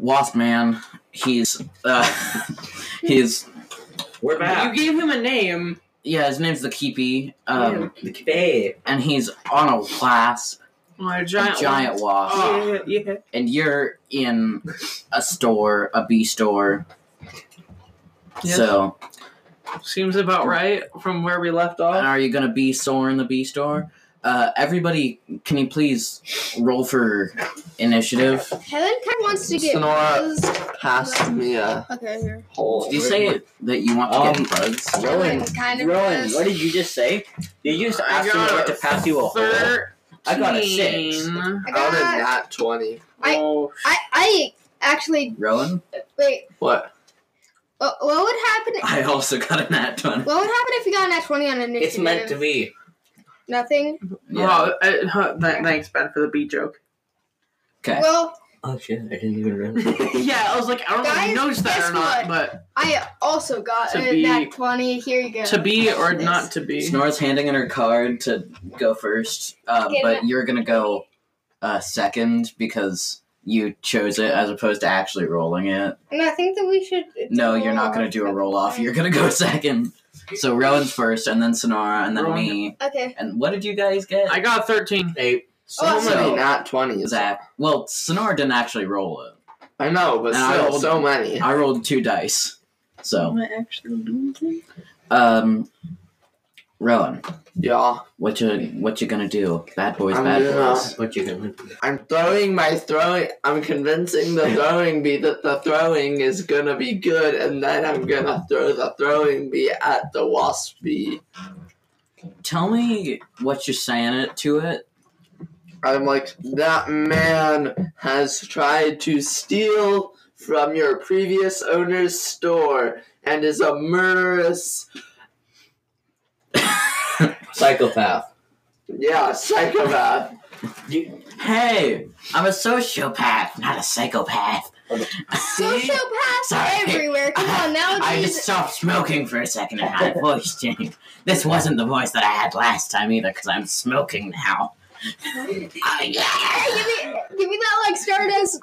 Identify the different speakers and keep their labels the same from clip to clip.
Speaker 1: Mothman. He's uh, he's
Speaker 2: We're back.
Speaker 3: You gave him a name.
Speaker 1: yeah. His name's the Keepy, um,
Speaker 3: Yeah.
Speaker 2: The cafe.
Speaker 1: and he's on a wasp,
Speaker 3: Oh, a
Speaker 1: a
Speaker 3: giant,
Speaker 1: giant wasp.
Speaker 3: Oh.
Speaker 2: Yeah, yeah.
Speaker 1: And you're in a store, a B store.
Speaker 3: Yes.
Speaker 1: So,
Speaker 3: one. Seems about right from where we left off.
Speaker 1: are you gonna be sore in the B store? Uh, everybody, can you please roll for initiative?
Speaker 4: Helen kind of wants to get
Speaker 5: Sonora.
Speaker 4: buzzed.
Speaker 5: Passed me a
Speaker 4: Okay, here.
Speaker 5: whole.
Speaker 1: Did you say that you want to
Speaker 5: Um,
Speaker 1: get bugs?
Speaker 5: Rowan,
Speaker 4: Kind of
Speaker 5: Rowan,
Speaker 4: does.
Speaker 5: what did you just say? You just
Speaker 3: I
Speaker 5: asked me
Speaker 3: got
Speaker 5: what to
Speaker 3: a
Speaker 5: pass you a hole.
Speaker 3: Thirteen.
Speaker 5: I got a six.
Speaker 4: I
Speaker 5: Out of
Speaker 4: got.
Speaker 5: that 20.
Speaker 4: I-
Speaker 3: oh,
Speaker 4: I, I actually
Speaker 1: Rowan?
Speaker 4: wait.
Speaker 5: What?
Speaker 4: What, what would happen?
Speaker 1: I also got a nat 20.
Speaker 4: What would happen if you got a nat twenty on initiative?
Speaker 2: It's meant to be.
Speaker 4: Nothing.
Speaker 1: Yeah.
Speaker 3: wow, I- huh, th- thanks, Ben, for the B joke.
Speaker 1: Okay.
Speaker 4: Well,
Speaker 5: Oh shit, I didn't even remember.
Speaker 3: yeah, I was like, I don't know if you
Speaker 4: Guys,
Speaker 3: noticed that
Speaker 4: guess
Speaker 3: or not,
Speaker 4: I also got
Speaker 3: To
Speaker 4: a
Speaker 3: be-
Speaker 4: nat twenty. Here you go.
Speaker 3: but to be or
Speaker 4: This.
Speaker 3: not to be.
Speaker 1: Snora's handing in her card to go first, uh,
Speaker 4: Get
Speaker 1: but you're gonna go uh, second because you chose it as opposed to actually rolling it.
Speaker 4: And I think that we should.
Speaker 1: No,
Speaker 4: do
Speaker 1: you're not gonna
Speaker 4: off.
Speaker 1: do a roll off. You're gonna go second. So Rowan's first, and then Sonora, and then me.
Speaker 4: Okay.
Speaker 1: And what did you guys get?
Speaker 3: I got a 13.
Speaker 5: Hey, so
Speaker 4: Oh,
Speaker 5: many
Speaker 1: so-
Speaker 5: not 20s.
Speaker 1: Zach. Well, Sonora didn't actually roll it.
Speaker 5: I know, but
Speaker 1: And I
Speaker 5: still,
Speaker 1: rolled-
Speaker 5: so many.
Speaker 1: I rolled two dice. So,
Speaker 3: I actually losing?
Speaker 1: um, Rowan,
Speaker 5: Yeah.
Speaker 1: what you what you gonna do? Bad boys,
Speaker 5: I'm
Speaker 1: bad
Speaker 5: gonna-
Speaker 1: boys.
Speaker 2: What you gonna do?
Speaker 5: I'm throwing my throwing. I'm convincing the throwing bee that the throwing is gonna be good, and then I'm gonna throw the throwing bee at the wasp bee.
Speaker 1: Tell me what you're saying it to it.
Speaker 5: I'm like, that man has tried to steal from your previous owner's store and is a murderous,
Speaker 2: Psychopath.
Speaker 5: yeah, psychopath.
Speaker 1: Hey, I'm a sociopath, not a psychopath. See?
Speaker 4: Sociopaths
Speaker 1: Sorry.
Speaker 4: are everywhere. Come on,
Speaker 1: I
Speaker 4: nowadays.
Speaker 1: just stopped smoking for a second and my voice changed. This wasn't the voice that I had last time either, because I'm smoking now. Oh,
Speaker 4: Hey,
Speaker 1: yeah!
Speaker 4: give me, give me that like Stardust.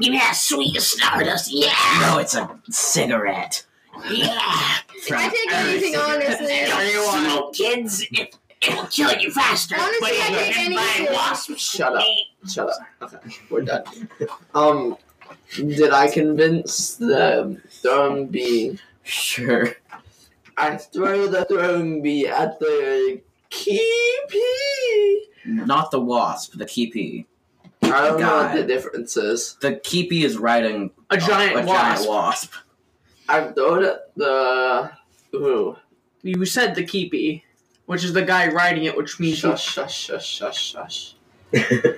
Speaker 1: Give me that sweet Stardust, yeah! No, it's a cigarette. Yeah!
Speaker 4: I take anything honestly.
Speaker 1: Don't smoke, kids. It, it'll kill you faster.
Speaker 4: Honestly,
Speaker 1: but
Speaker 4: I
Speaker 1: it
Speaker 4: take
Speaker 1: can
Speaker 4: anything.
Speaker 1: buy wasp
Speaker 5: Shut up.
Speaker 1: meat.
Speaker 5: Shut up. Okay, we're done. Um, did I convince the throne bee?
Speaker 1: Sure.
Speaker 5: I throw the throne bee at the key pea.
Speaker 1: Not the wasp, the keepy.
Speaker 5: I don't know what the
Speaker 1: God.
Speaker 5: difference is.
Speaker 1: The keepy is riding
Speaker 5: Oh,
Speaker 3: A giant
Speaker 1: a
Speaker 3: wasp.
Speaker 1: giant wasp.
Speaker 5: I throw it at the ooh.
Speaker 3: You said the keepy, which is the guy riding it, which means
Speaker 5: Shush, shush, shush, shush, shush.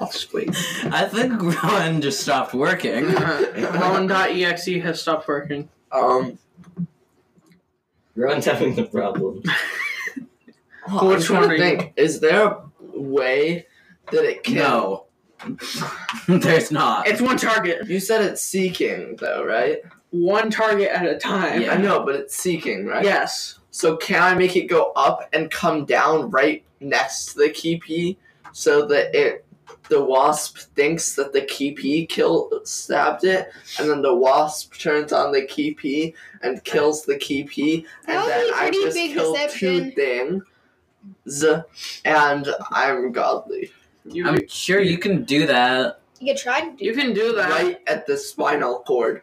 Speaker 3: I'll squeak.
Speaker 1: I think Rowan just stopped working.
Speaker 3: uh, Rowan.exe has stopped working.
Speaker 5: Um,
Speaker 2: Rowan's having the problem.
Speaker 5: I'm
Speaker 3: Which
Speaker 5: trying
Speaker 3: one
Speaker 5: to
Speaker 3: are you?
Speaker 5: think. Is there a way that it can?
Speaker 1: No. There's not.
Speaker 3: It's one target.
Speaker 5: You said it's seeking though, right?
Speaker 3: One target at a time.
Speaker 1: Yeah.
Speaker 5: I know, but it's seeking, right?
Speaker 3: Yes.
Speaker 5: So can I make it go up and come down right next to the keepy so that it the wasp thinks that the keepy kill stabbed it, and then the wasp turns on the keepy and kills the keepy, and
Speaker 4: That would
Speaker 5: then
Speaker 4: be
Speaker 5: I
Speaker 4: pretty
Speaker 5: just
Speaker 4: big
Speaker 5: kill
Speaker 4: deception.
Speaker 5: two things, and I'm godly.
Speaker 3: You,
Speaker 1: I'm sure you can do that.
Speaker 4: You could try to do.
Speaker 3: you can do that.
Speaker 5: Right at the spinal cord.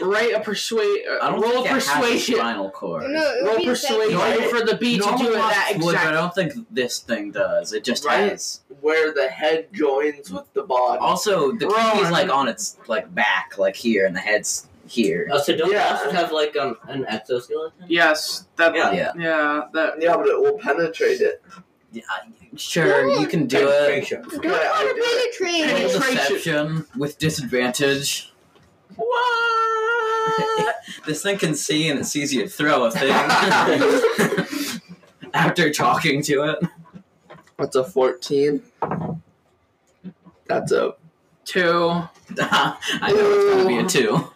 Speaker 3: Write a persuade. Uh,
Speaker 1: I don't
Speaker 3: roll
Speaker 1: think it
Speaker 3: persuasion.
Speaker 1: has a spinal cord.
Speaker 4: No, it would
Speaker 3: roll
Speaker 4: be deception.
Speaker 3: persuasion
Speaker 5: Right.
Speaker 3: for the bee to
Speaker 1: Normal
Speaker 3: do it that
Speaker 1: wasps would, but I
Speaker 3: exact.
Speaker 1: don't think this thing does. It just
Speaker 5: Right.
Speaker 1: has.
Speaker 5: Where the head joins with the body.
Speaker 1: Also, the
Speaker 3: Rowan.
Speaker 1: keepy's like on its like back, like here, and the head's here.
Speaker 2: Oh, so don't
Speaker 5: Yeah.
Speaker 2: wasps have like um an exoskeleton?
Speaker 3: Yes. That.
Speaker 2: Yeah.
Speaker 1: Yeah.
Speaker 3: yeah, That.
Speaker 5: Yeah, but it will penetrate it.
Speaker 1: Yeah, Sure, you can do it.
Speaker 2: Penetration.
Speaker 4: Don't
Speaker 5: Yeah, I
Speaker 4: want
Speaker 5: would do it.
Speaker 4: to
Speaker 1: Roll
Speaker 4: penetrate.
Speaker 3: Penetration.
Speaker 1: deception with disadvantage.
Speaker 3: What?
Speaker 1: This thing can see, and it sees you throw a thing after talking to it.
Speaker 5: That's a 14. That's a
Speaker 3: Two.
Speaker 1: I know it's gonna be a two.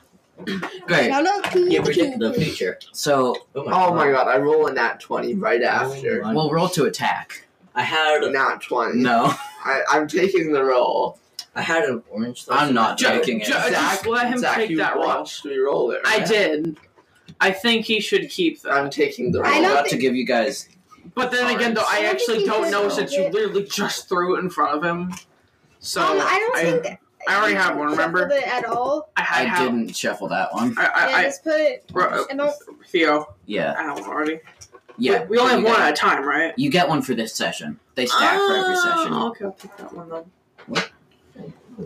Speaker 1: Great.
Speaker 4: No, no, two.
Speaker 2: You predict the future.
Speaker 1: So
Speaker 2: Oh my,
Speaker 5: Oh my
Speaker 2: god.
Speaker 5: god, I roll a nat 20 right after.
Speaker 2: my-
Speaker 1: we'll roll to attack.
Speaker 2: I had
Speaker 5: Nat 20.
Speaker 1: No,
Speaker 5: I, I'm taking the roll.
Speaker 2: I had an orange. slice
Speaker 1: I'm
Speaker 2: of
Speaker 1: not
Speaker 2: that.
Speaker 3: Ju-
Speaker 1: taking it.
Speaker 3: ju- just let him
Speaker 5: Zach,
Speaker 3: take
Speaker 5: you
Speaker 3: that roll.
Speaker 5: watched me roll it.
Speaker 3: I
Speaker 5: right?
Speaker 3: did. I think he should keep that.
Speaker 5: I'm taking the roll.
Speaker 4: I
Speaker 1: I'm
Speaker 4: don't
Speaker 1: about
Speaker 4: thi-
Speaker 1: to give you guys.
Speaker 3: But then again, though,
Speaker 4: I
Speaker 3: I
Speaker 4: don't
Speaker 3: actually
Speaker 4: think he
Speaker 3: don't know
Speaker 4: should
Speaker 3: since
Speaker 4: keep
Speaker 3: you
Speaker 4: it.
Speaker 3: literally just threw it in front of him. So
Speaker 4: Um, I don't
Speaker 3: I-
Speaker 4: think.
Speaker 3: I already
Speaker 4: you
Speaker 3: have
Speaker 4: should
Speaker 3: one, remember?
Speaker 4: shuffle It at all.
Speaker 3: I, I,
Speaker 1: I
Speaker 3: have-
Speaker 1: didn't shuffle that one.
Speaker 3: I, I,
Speaker 4: yeah,
Speaker 3: I, Oh,
Speaker 4: just put it.
Speaker 3: Bro,
Speaker 4: I don't.
Speaker 3: Theo,
Speaker 1: Yeah,
Speaker 3: I have one already.
Speaker 1: yeah.
Speaker 3: We, we only have
Speaker 1: you
Speaker 3: one
Speaker 1: got-
Speaker 3: at a time, right?
Speaker 1: You get one for this session. They stack for every session.
Speaker 3: Oh, okay, I'll take that one then.
Speaker 1: What?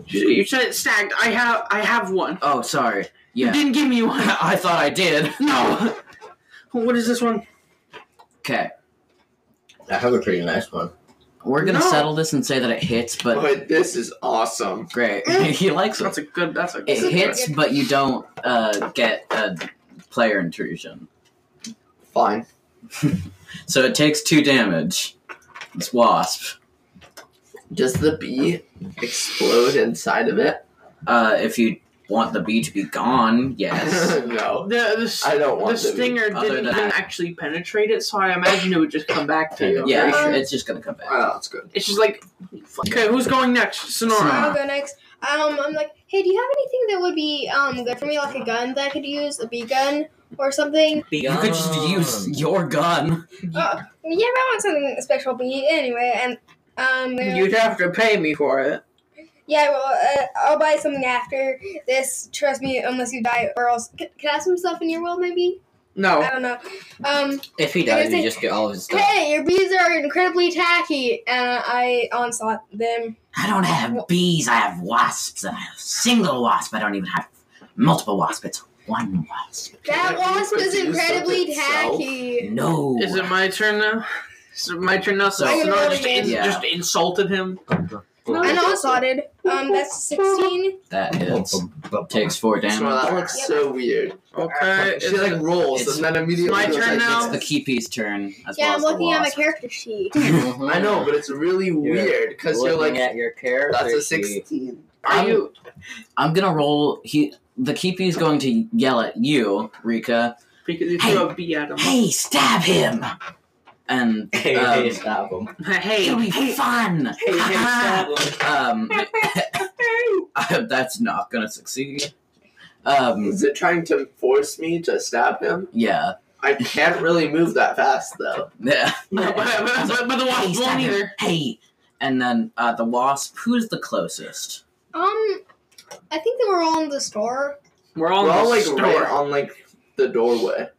Speaker 3: You, you said it stacked. I have, I have one.
Speaker 1: Oh, sorry.
Speaker 3: You
Speaker 1: Yeah,
Speaker 3: didn't give me one.
Speaker 1: I thought I did.
Speaker 3: No. What is this one?
Speaker 1: Okay,
Speaker 2: I have a pretty nice one.
Speaker 1: we're gonna
Speaker 3: No.
Speaker 1: settle this and say that it hits, but
Speaker 5: But this is awesome.
Speaker 1: great. he likes it.
Speaker 3: That's a good. That's a.
Speaker 1: It
Speaker 4: a pretty
Speaker 1: hits,
Speaker 4: good-
Speaker 1: but you don't uh, get a player intrusion.
Speaker 5: Fine.
Speaker 1: So it takes two damage. It's wasp.
Speaker 5: Does the bee explode inside of it?
Speaker 1: Uh, if you want the bee to be gone, yes.
Speaker 5: no.
Speaker 3: The, the, s-
Speaker 5: I don't
Speaker 3: the
Speaker 5: want to be-
Speaker 3: stinger
Speaker 1: Other
Speaker 3: didn't
Speaker 1: than-
Speaker 3: even actually penetrate it, so I imagine it would just come back to you.
Speaker 1: yeah,
Speaker 4: Um,
Speaker 1: it's just gonna come back.
Speaker 5: Oh, that's good.
Speaker 3: It's just like, okay, who's going next? Sonora.
Speaker 1: Sonora.
Speaker 4: I'll go next. Um, I'm like, hey, do you have anything that would be um good for me, like a gun that I could use, a B gun or something?
Speaker 1: You could just use your gun.
Speaker 4: Uh, yeah, but I want something special B anyway. And um, they're like,
Speaker 3: You'd have to pay me for it.
Speaker 4: yeah, well, uh, I'll buy something after this. Trust me, unless you die, or else. C- can I have some stuff in your world, maybe?
Speaker 3: No.
Speaker 4: I don't know. Um,
Speaker 2: If he dies,
Speaker 4: does, you
Speaker 2: you
Speaker 4: Anything-
Speaker 2: just get all his stuff.
Speaker 4: hey, your bees are incredibly tacky, and I onslaught them.
Speaker 1: I don't have bees. I have wasps. I have a single wasp. I don't even have multiple wasps. It's one wasp.
Speaker 4: That
Speaker 5: Can it
Speaker 4: wasp is
Speaker 5: reproduce
Speaker 4: incredibly
Speaker 5: itself?
Speaker 4: tacky.
Speaker 1: No.
Speaker 3: Is it my turn now? Is it my turn now? So
Speaker 1: I'm
Speaker 4: gonna
Speaker 3: Sonora
Speaker 4: roll
Speaker 3: just,
Speaker 4: again.
Speaker 3: in-
Speaker 1: Yeah.
Speaker 3: just insulted him.
Speaker 4: I onslaughted. Um, that's sixteen.
Speaker 1: That hits. Takes four
Speaker 5: So that
Speaker 1: damage.
Speaker 5: looks so weird.
Speaker 3: Okay.
Speaker 5: She
Speaker 3: is
Speaker 5: like
Speaker 3: it-
Speaker 5: rolls
Speaker 1: it's-
Speaker 5: and then immediately
Speaker 3: my
Speaker 5: goes
Speaker 3: turn
Speaker 5: like
Speaker 3: now?
Speaker 1: It's
Speaker 5: this.
Speaker 1: the keepy's turn as
Speaker 4: Yeah, I'm
Speaker 1: well
Speaker 4: looking at my
Speaker 1: as the
Speaker 4: character sheet.
Speaker 1: wasp.
Speaker 5: I know, but it's really weird because you're like,
Speaker 2: at your character.
Speaker 5: that's a
Speaker 2: sheet.
Speaker 5: 16.
Speaker 3: Are
Speaker 1: I'm-
Speaker 3: you?
Speaker 1: I'm gonna roll. He, the keepy's going to yell at you, Rika.
Speaker 3: Because you threw a bee at him.
Speaker 1: Hey, stab him! And
Speaker 2: Hey,
Speaker 1: um,
Speaker 2: hey, stop him!
Speaker 1: it'll
Speaker 3: Hey.
Speaker 1: be fun.
Speaker 2: Hey, hey, stop him!
Speaker 1: Um, that's not gonna succeed. Um,
Speaker 5: Is it trying to force me to stab him?
Speaker 1: yeah,
Speaker 5: I can't really move that fast though.
Speaker 1: yeah.
Speaker 3: but, but- but
Speaker 1: Hey,
Speaker 3: the wasp
Speaker 1: stop
Speaker 3: won't
Speaker 1: it.
Speaker 3: either.
Speaker 1: Hey, and then uh, the wasp. Who's the closest?
Speaker 4: Um, I think they were all in the store.
Speaker 3: We're all
Speaker 5: We're
Speaker 3: in
Speaker 5: all
Speaker 3: the
Speaker 5: like
Speaker 3: store.
Speaker 5: right on like the doorway.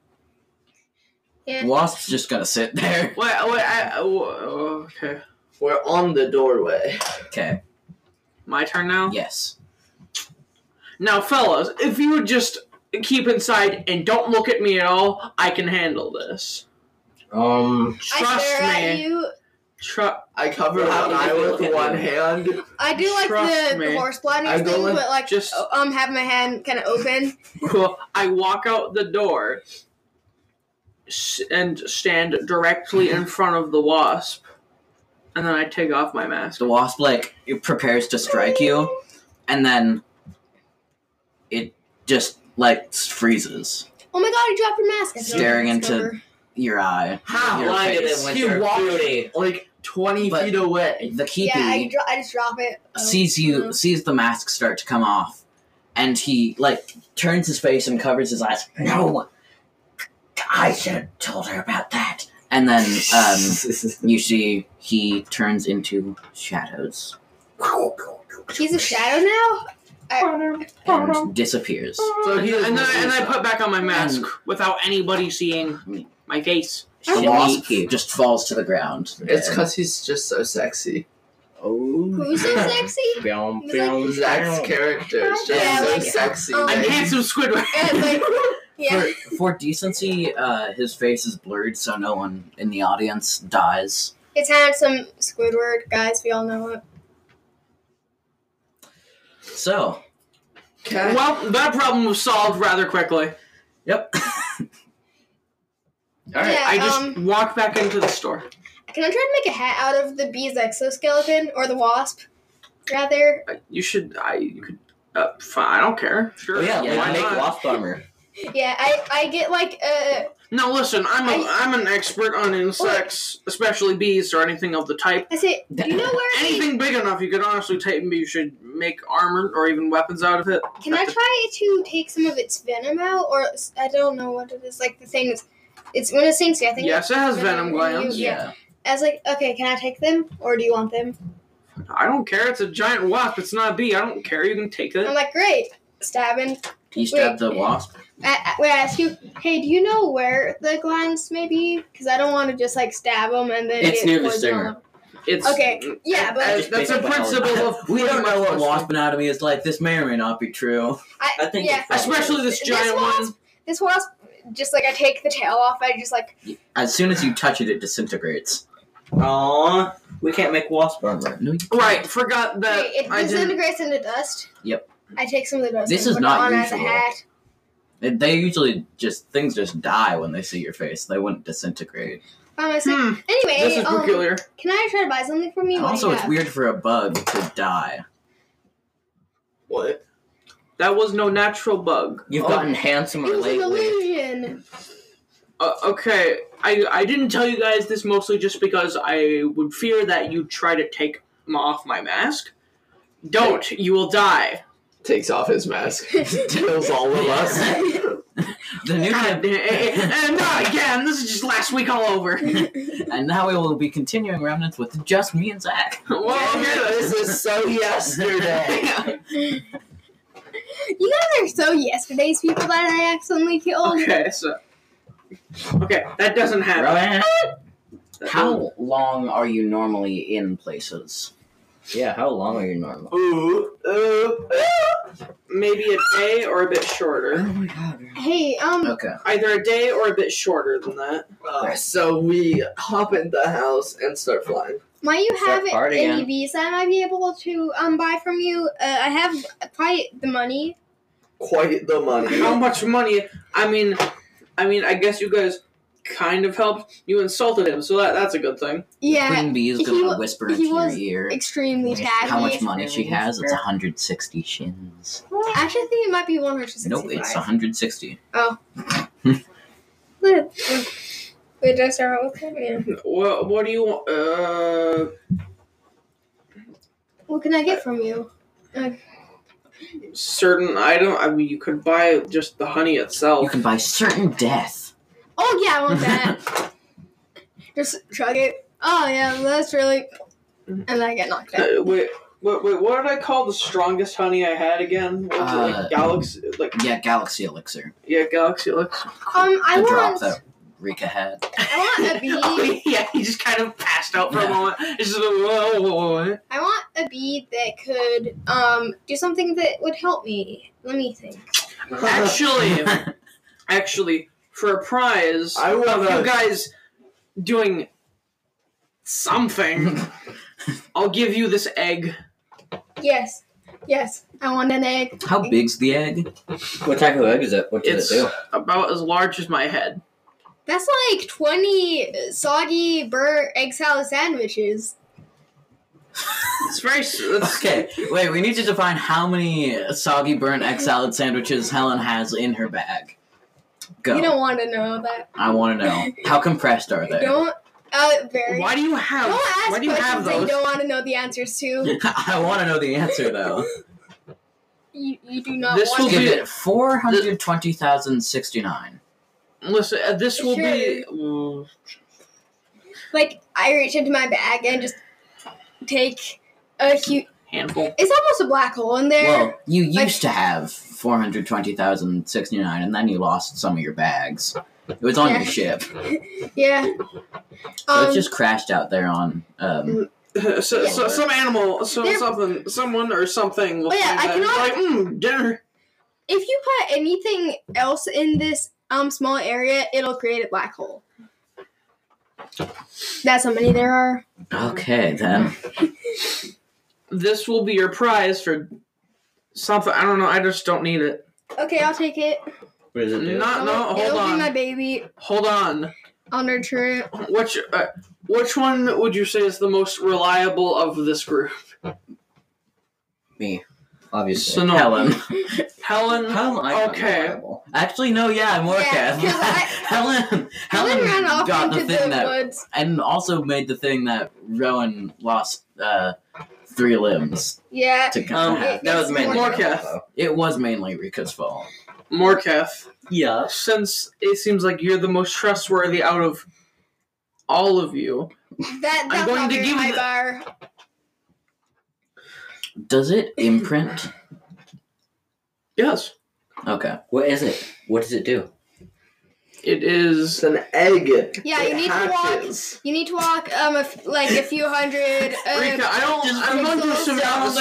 Speaker 4: Yeah.
Speaker 1: Wasp's just gonna sit there.
Speaker 3: Wait, wait, I, oh, okay.
Speaker 5: We're on the doorway.
Speaker 1: Okay.
Speaker 3: My turn now?
Speaker 1: Yes.
Speaker 3: Now, fellas, if you would just keep inside and don't look at me at all, I can handle this.
Speaker 2: Um,
Speaker 4: I
Speaker 3: Trust
Speaker 4: stare at
Speaker 3: me.
Speaker 4: you.
Speaker 3: Trust.
Speaker 5: I cover
Speaker 2: How
Speaker 5: one
Speaker 2: do you
Speaker 5: eye
Speaker 2: look
Speaker 5: with
Speaker 2: at
Speaker 5: one
Speaker 2: me?
Speaker 5: hand.
Speaker 4: I do like
Speaker 3: Trust
Speaker 4: the,
Speaker 3: me.
Speaker 4: the horse blindness
Speaker 5: I go
Speaker 4: thing,
Speaker 5: in-
Speaker 4: but like
Speaker 3: just-
Speaker 4: oh, um have my hand kind of open.
Speaker 3: I walk out the door s- and stand directly in front of the wasp, and then I take off my mask.
Speaker 1: The wasp like it prepares to strike you, and then it just like freezes.
Speaker 4: Oh my god, you dropped your mask. I throw
Speaker 1: Staring
Speaker 4: my mask
Speaker 1: into-
Speaker 4: over.
Speaker 1: Your eye.
Speaker 5: How?
Speaker 1: Your
Speaker 2: blinded
Speaker 1: face.
Speaker 2: him with
Speaker 5: He
Speaker 2: your
Speaker 5: walked-
Speaker 2: beauty.
Speaker 5: Like twenty
Speaker 1: But-
Speaker 5: feet away.
Speaker 1: The keepy.
Speaker 4: Yeah, I, dro- I just drop it. Oh,
Speaker 1: sees you
Speaker 4: no.
Speaker 1: sees the mask start to come off and he like turns his face and covers his eyes no i should have told her about that and then um you see he turns into shadows
Speaker 4: He's a shadow now.
Speaker 1: and disappears
Speaker 5: So
Speaker 3: And,
Speaker 5: he
Speaker 3: and then I, and I
Speaker 5: doesn't
Speaker 3: put back on my mask without anybody seeing
Speaker 1: Me.
Speaker 3: my face.
Speaker 1: the
Speaker 4: Shimmy.
Speaker 1: wasp just falls to the ground
Speaker 5: It's because he's just so sexy.
Speaker 2: Oh.
Speaker 4: Who's so sexy?
Speaker 2: Film,
Speaker 4: He's like,
Speaker 2: film,
Speaker 5: Zach's character is just
Speaker 4: Yeah,
Speaker 5: so
Speaker 4: like,
Speaker 5: sexy.
Speaker 4: um,
Speaker 3: I'm
Speaker 5: that he-
Speaker 3: handsome Squidward.
Speaker 4: And like yeah,
Speaker 1: for, for decency uh, his face is blurred so no one in the audience dies
Speaker 4: it's handsome Squidward guys. We all know it.
Speaker 1: so
Speaker 5: Okay.
Speaker 3: well, that problem was solved rather quickly.
Speaker 1: yep
Speaker 5: All right.
Speaker 4: Yeah,
Speaker 3: I just
Speaker 4: um,
Speaker 3: walk back into the store.
Speaker 4: Can I try to make a hat out of the bee's exoskeleton or the wasp, rather?
Speaker 3: You should. I. You could Uh, fine, I don't care. Sure.
Speaker 2: Oh, yeah,
Speaker 1: Yeah,
Speaker 3: why
Speaker 1: you make
Speaker 3: not?
Speaker 1: Wasp armor.
Speaker 4: Yeah, I, I get like uh
Speaker 3: No, listen, I'm a,
Speaker 4: I-
Speaker 3: I'm an expert on insects, especially bees or anything of the type.
Speaker 4: I say, do you know where I-
Speaker 3: Anything big enough, you could honestly take and you should make armor or even weapons out of it.
Speaker 4: Can I try to take some of its venom out, or s- I don't know what it is. Like the thing is, it's when it sinks you. I think
Speaker 3: Yes, it has venom
Speaker 4: Venom,
Speaker 3: glands.
Speaker 1: Yeah.
Speaker 4: Yeah. I was like, okay, can I take them, or do you want them?
Speaker 3: I don't care. It's a giant wasp. It's not a bee. I don't care. You can take
Speaker 4: I'm
Speaker 3: it.
Speaker 4: like, great, stabbing.
Speaker 1: Do you stab the wasp?
Speaker 4: I, I, wait, I ask you, hey, do you know where the glands may be? Because I don't want to just like stab them and then
Speaker 1: It's
Speaker 4: get
Speaker 1: near the
Speaker 4: poison
Speaker 1: stinger.
Speaker 4: on 'em.
Speaker 3: It's
Speaker 4: Okay, yeah, but
Speaker 1: I just
Speaker 3: that's a
Speaker 1: basically-
Speaker 3: principle of
Speaker 1: We don't know what
Speaker 3: pretty much-
Speaker 1: wasp anatomy is like. This may or may not be true.
Speaker 4: I,
Speaker 2: I think
Speaker 4: yeah,
Speaker 2: it's-
Speaker 3: Especially this
Speaker 4: This
Speaker 3: giant one.
Speaker 4: wasp- this wasp. Just like I take the tail off, I just like
Speaker 1: As soon as you touch it, it disintegrates.
Speaker 2: Aw, we can't make wasp armor.
Speaker 1: No, you can't.
Speaker 3: Right, forgot that
Speaker 4: wait, it
Speaker 3: I didn't.
Speaker 4: disintegrates into dust.
Speaker 1: Yep.
Speaker 4: I take some of the dust.
Speaker 1: This
Speaker 4: and
Speaker 1: is
Speaker 4: put it
Speaker 1: not
Speaker 4: on as a
Speaker 1: usual.
Speaker 4: hat.
Speaker 1: They- They usually just things just die when they see your face. They wouldn't disintegrate.
Speaker 4: Um, I said,
Speaker 3: Hmm,
Speaker 4: anyway,
Speaker 3: this is
Speaker 4: um,
Speaker 3: peculiar.
Speaker 4: Can I try to buy something from you? What do
Speaker 1: Also,
Speaker 4: you
Speaker 1: it's
Speaker 4: have?
Speaker 1: weird for a bug to die.
Speaker 5: What?
Speaker 3: That was no natural bug.
Speaker 1: You've
Speaker 5: Oh.
Speaker 1: gotten handsomer
Speaker 4: It was an
Speaker 1: lately.
Speaker 4: illusion.
Speaker 3: Uh, okay, I I didn't tell you guys this mostly just because I would fear that you'd try to take m- off my mask. Don't, you will die.
Speaker 5: Takes off his mask, kills all of us.
Speaker 1: The new
Speaker 3: God damn- eh, eh, eh, not again. This is just last week all over.
Speaker 1: and now we will be continuing remnants with just me and Zach.
Speaker 3: well, okay.
Speaker 5: this is so yesterday.
Speaker 4: You guys are so yesterday's people that I accidentally killed.
Speaker 3: Okay, so okay, that doesn't happen.
Speaker 4: Um,
Speaker 1: Rowan, how long are you normally in places?
Speaker 2: Yeah, how long are you normal?
Speaker 5: Ooh, ooh,
Speaker 3: Uh, Maybe a day or a bit shorter.
Speaker 2: my god.
Speaker 4: Hey, um,
Speaker 1: Okay.
Speaker 3: Either a day or a bit shorter than that.
Speaker 5: Uh, so we hop in the house and start flying.
Speaker 4: might you
Speaker 1: Start
Speaker 4: have
Speaker 1: partying.
Speaker 4: any bees that I might be able to um buy from you? Uh, I have quite the money.
Speaker 5: Quite the money.
Speaker 3: How much money? I mean, I mean, I guess you guys kind of helped. You insulted him, so that that's a good thing.
Speaker 4: Yeah,
Speaker 1: Queen Bee is
Speaker 4: he
Speaker 1: gonna
Speaker 4: wa-
Speaker 1: whisper
Speaker 4: he
Speaker 1: into your
Speaker 4: was
Speaker 1: ear
Speaker 4: extremely tacky.
Speaker 1: how much money she has. It's
Speaker 2: Yeah.
Speaker 1: 160 shins.
Speaker 4: I actually think it might be one hundred sixty-five.
Speaker 1: Nope, it's 160.
Speaker 4: Wait, did I start out with that? Yeah.
Speaker 3: What What do you want? Uh,
Speaker 4: What can I get from you?
Speaker 3: certain item. I mean, you could buy just the honey
Speaker 1: You
Speaker 3: itself.
Speaker 1: can buy certain death.
Speaker 4: Oh yeah, I want that. Just shrug it. Oh yeah, that's really. And then I get knocked out.
Speaker 3: Uh, wait. Wait, wait, what did I call the strongest honey I had again? What was it,
Speaker 1: Uh,
Speaker 3: like galaxy, like
Speaker 1: yeah, Galaxy Elixir.
Speaker 3: yeah, galaxy looks.
Speaker 4: Um, I
Speaker 1: the
Speaker 4: want.
Speaker 1: drop that Rika had.
Speaker 4: I want a bee.
Speaker 3: Oh, yeah, he just kind of passed out for
Speaker 1: Yeah.
Speaker 3: a moment. It's just like, whoa, whoa, whoa, whoa.
Speaker 4: I want a bee that could um do something that would help me. Let me think.
Speaker 3: Actually, actually, for a prize,
Speaker 5: I
Speaker 3: of you
Speaker 5: wanna.
Speaker 3: guys doing something, I'll give you this egg.
Speaker 4: Yes, yes, I want an egg.
Speaker 1: How big's the egg?
Speaker 2: What type of egg is it? What does
Speaker 3: It's
Speaker 2: it do?
Speaker 3: about as large as my head.
Speaker 4: That's like twenty soggy burr egg salad sandwiches.
Speaker 3: It's very. s- It's,
Speaker 1: Okay, wait, we need to define how many soggy burnt egg salad sandwiches Helen has in her bag. Go.
Speaker 4: You don't want to know that.
Speaker 1: I want to know. How compressed are they?
Speaker 4: Don't. Uh, very.
Speaker 3: Why do you have?
Speaker 4: don't ask
Speaker 3: why do you
Speaker 4: questions
Speaker 3: have
Speaker 4: that you
Speaker 3: those?
Speaker 4: don't want to know the answers to.
Speaker 1: I want to know the answer though.
Speaker 4: You, you do not
Speaker 3: This
Speaker 4: want
Speaker 3: will
Speaker 4: to.
Speaker 1: Give it 420,069.
Speaker 3: Listen, uh, this will be.
Speaker 4: Like I reach into my bag and just take a huge.
Speaker 3: handful.
Speaker 4: It's almost a black hole in there.
Speaker 1: Well, you
Speaker 4: Like-
Speaker 1: used to have 420,069 and then you lost some of your bags. It was on
Speaker 4: Yeah. Um,
Speaker 1: your ship. So
Speaker 4: Yeah.
Speaker 1: it just crashed out there on um
Speaker 4: mm.
Speaker 3: So, so,
Speaker 1: Yeah.
Speaker 3: some animal, so
Speaker 4: They're-
Speaker 3: something, someone or something. will
Speaker 4: Oh, yeah,
Speaker 3: say
Speaker 4: I
Speaker 3: that.
Speaker 4: cannot-
Speaker 3: Like, mm, dinner.
Speaker 4: if you put anything else in this um small area, it'll create a black hole. That's how many there are.
Speaker 1: Okay, then.
Speaker 3: This will be your prize for something. I don't know. I just don't need it.
Speaker 4: Okay, I'll take it.
Speaker 2: What does it do?
Speaker 3: Not no.
Speaker 4: It'll-
Speaker 3: Hold
Speaker 4: it'll be
Speaker 3: on.
Speaker 4: my baby.
Speaker 3: Hold on.
Speaker 4: I'll nurture it.
Speaker 3: Which uh, which one would you say is the most reliable of this group?
Speaker 1: Me.
Speaker 2: obviously.
Speaker 3: So no,
Speaker 1: Helen.
Speaker 3: Helen.
Speaker 2: How am I not
Speaker 3: Okay.
Speaker 2: reliable?
Speaker 1: Actually, no, yeah, I'm Orcath.
Speaker 4: Yeah, 'cause I-
Speaker 1: Helen,
Speaker 4: Helen
Speaker 1: Helen
Speaker 4: ran off
Speaker 1: got
Speaker 4: into
Speaker 1: the thing that,
Speaker 4: woods.
Speaker 1: and also made the thing that Rowan lost uh, three limbs
Speaker 4: Yeah.
Speaker 1: to cut
Speaker 2: Um,
Speaker 1: in half.
Speaker 2: that was mainly
Speaker 3: More
Speaker 2: Rika's
Speaker 3: Keth.
Speaker 2: fault,
Speaker 1: It was mainly Rika's fault.
Speaker 3: Morketh,
Speaker 2: though. Yeah.
Speaker 3: since it seems like you're the most trustworthy out of all of you,
Speaker 4: That, that's
Speaker 3: going
Speaker 4: not
Speaker 3: to
Speaker 4: very
Speaker 3: give you
Speaker 4: high
Speaker 3: the-
Speaker 4: bar.
Speaker 1: Does it imprint?
Speaker 3: yes,
Speaker 1: Okay.
Speaker 2: What is it? What does it do?
Speaker 3: it is.
Speaker 5: It's an egg.
Speaker 4: Yeah,
Speaker 5: It
Speaker 4: you need to walk-
Speaker 5: hatches.
Speaker 4: You need to walk um a f- like a few hundred. Uh,
Speaker 3: Rika, I don't.
Speaker 4: Just
Speaker 3: I'm going to
Speaker 4: close
Speaker 3: assume
Speaker 4: it
Speaker 3: you're not the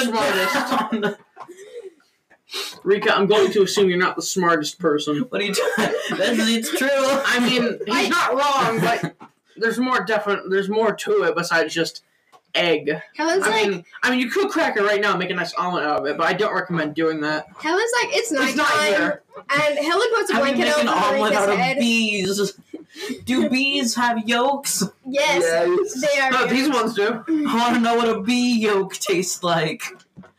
Speaker 4: on the
Speaker 3: smartest. Rika, I'm going to assume you're not the smartest person.
Speaker 1: What are you doing? This is, it's true. I
Speaker 3: I mean, he's
Speaker 4: I-
Speaker 3: not wrong, but there's more definite. There's more to it besides just egg.
Speaker 4: Helen's
Speaker 3: I
Speaker 4: like
Speaker 3: mean, I mean, you could crack it right now and make a nice omelet out of it, but I don't recommend doing that.
Speaker 4: Helen's like it's nighttime,
Speaker 3: It's not here.
Speaker 4: and Helen puts a
Speaker 1: How do you
Speaker 4: blanket
Speaker 1: make an
Speaker 4: over
Speaker 1: omelet
Speaker 4: Rika's
Speaker 1: out
Speaker 4: head.
Speaker 1: of bees? Do bees have yolks?
Speaker 4: Yes,
Speaker 5: Yes.
Speaker 4: they are.
Speaker 3: No,
Speaker 4: real.
Speaker 3: these ones do.
Speaker 1: I want to know what a bee yolk tastes like.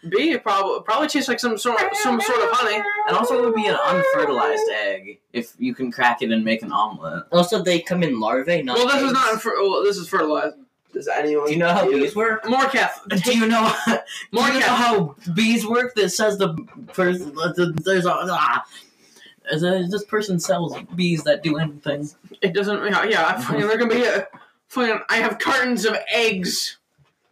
Speaker 3: B probably probably tastes like some sort some sort of honey.
Speaker 1: And also, it would be an unfertilized egg if you can crack it and make an omelet.
Speaker 2: Also, they come in larvae, not
Speaker 3: Well, this is not
Speaker 2: eggs.
Speaker 3: infer- well, this is fertilized.
Speaker 5: Does anyone?
Speaker 2: Do you know how bees work?
Speaker 3: More calf.
Speaker 1: Do you know?
Speaker 3: More
Speaker 1: do you know
Speaker 3: calf.
Speaker 1: how bees work? That says the person there's a ah, Is a- this person sells bees that do anything.
Speaker 3: It doesn't. Yeah, yeah I fucking, they're gonna be. A, fucking, I have cartons of eggs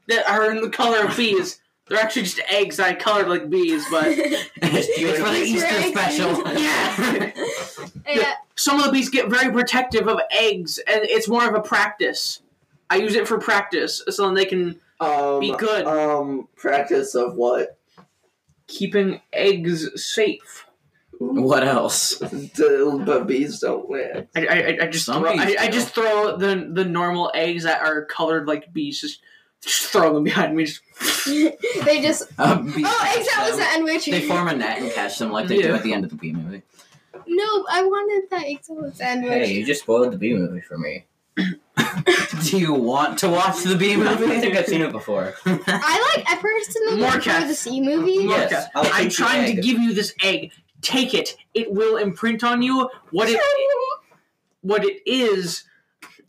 Speaker 3: that are in the color of bees. They're actually just eggs that I colored like bees, but
Speaker 1: it's for the
Speaker 4: Easter
Speaker 1: Easter
Speaker 4: egg.
Speaker 1: special.
Speaker 3: yeah.
Speaker 4: yeah,
Speaker 3: Some of the bees get very protective of eggs, and it's more of a practice. I use it for practice, so then they can
Speaker 5: Um,
Speaker 3: be good.
Speaker 5: Um, practice of what?
Speaker 3: keeping eggs safe.
Speaker 1: What else?
Speaker 5: The, but bees don't land.
Speaker 3: I, I, I- I just
Speaker 1: Some
Speaker 3: throw, I,
Speaker 1: bees
Speaker 3: I
Speaker 1: do.
Speaker 3: just throw the the normal eggs that are colored like bees. Just, just throw them behind me. Just,
Speaker 4: they just.
Speaker 1: A bee
Speaker 4: Oh,
Speaker 1: catch
Speaker 4: eggs! That was
Speaker 1: them.
Speaker 4: the end witch.
Speaker 1: They form a net and catch them like they do
Speaker 3: Yeah.
Speaker 1: at the end of the bee movie.
Speaker 4: No, I wanted that eggs. That was the end
Speaker 2: Hey,
Speaker 4: witch.
Speaker 2: you just spoiled the bee movie for me.
Speaker 1: Do you want to watch the bee
Speaker 2: I don't
Speaker 1: movie?
Speaker 2: think I've seen it before.
Speaker 4: I like. I personally
Speaker 3: More
Speaker 4: like
Speaker 3: cats.
Speaker 4: the sea movie.
Speaker 2: Yeah.
Speaker 3: Yes,
Speaker 2: I'll take
Speaker 3: I'm
Speaker 2: the
Speaker 3: trying to
Speaker 2: egg.
Speaker 3: give you this egg. Take it. It will imprint on you. What it what it is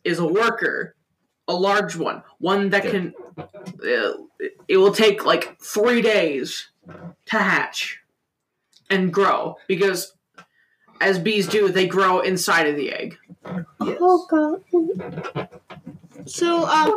Speaker 3: is a worker, a large one, one that
Speaker 2: Yeah.
Speaker 3: can. Uh, it will take like three days to hatch and grow because, as bees do, they grow inside of the egg.
Speaker 4: Oh god. So um,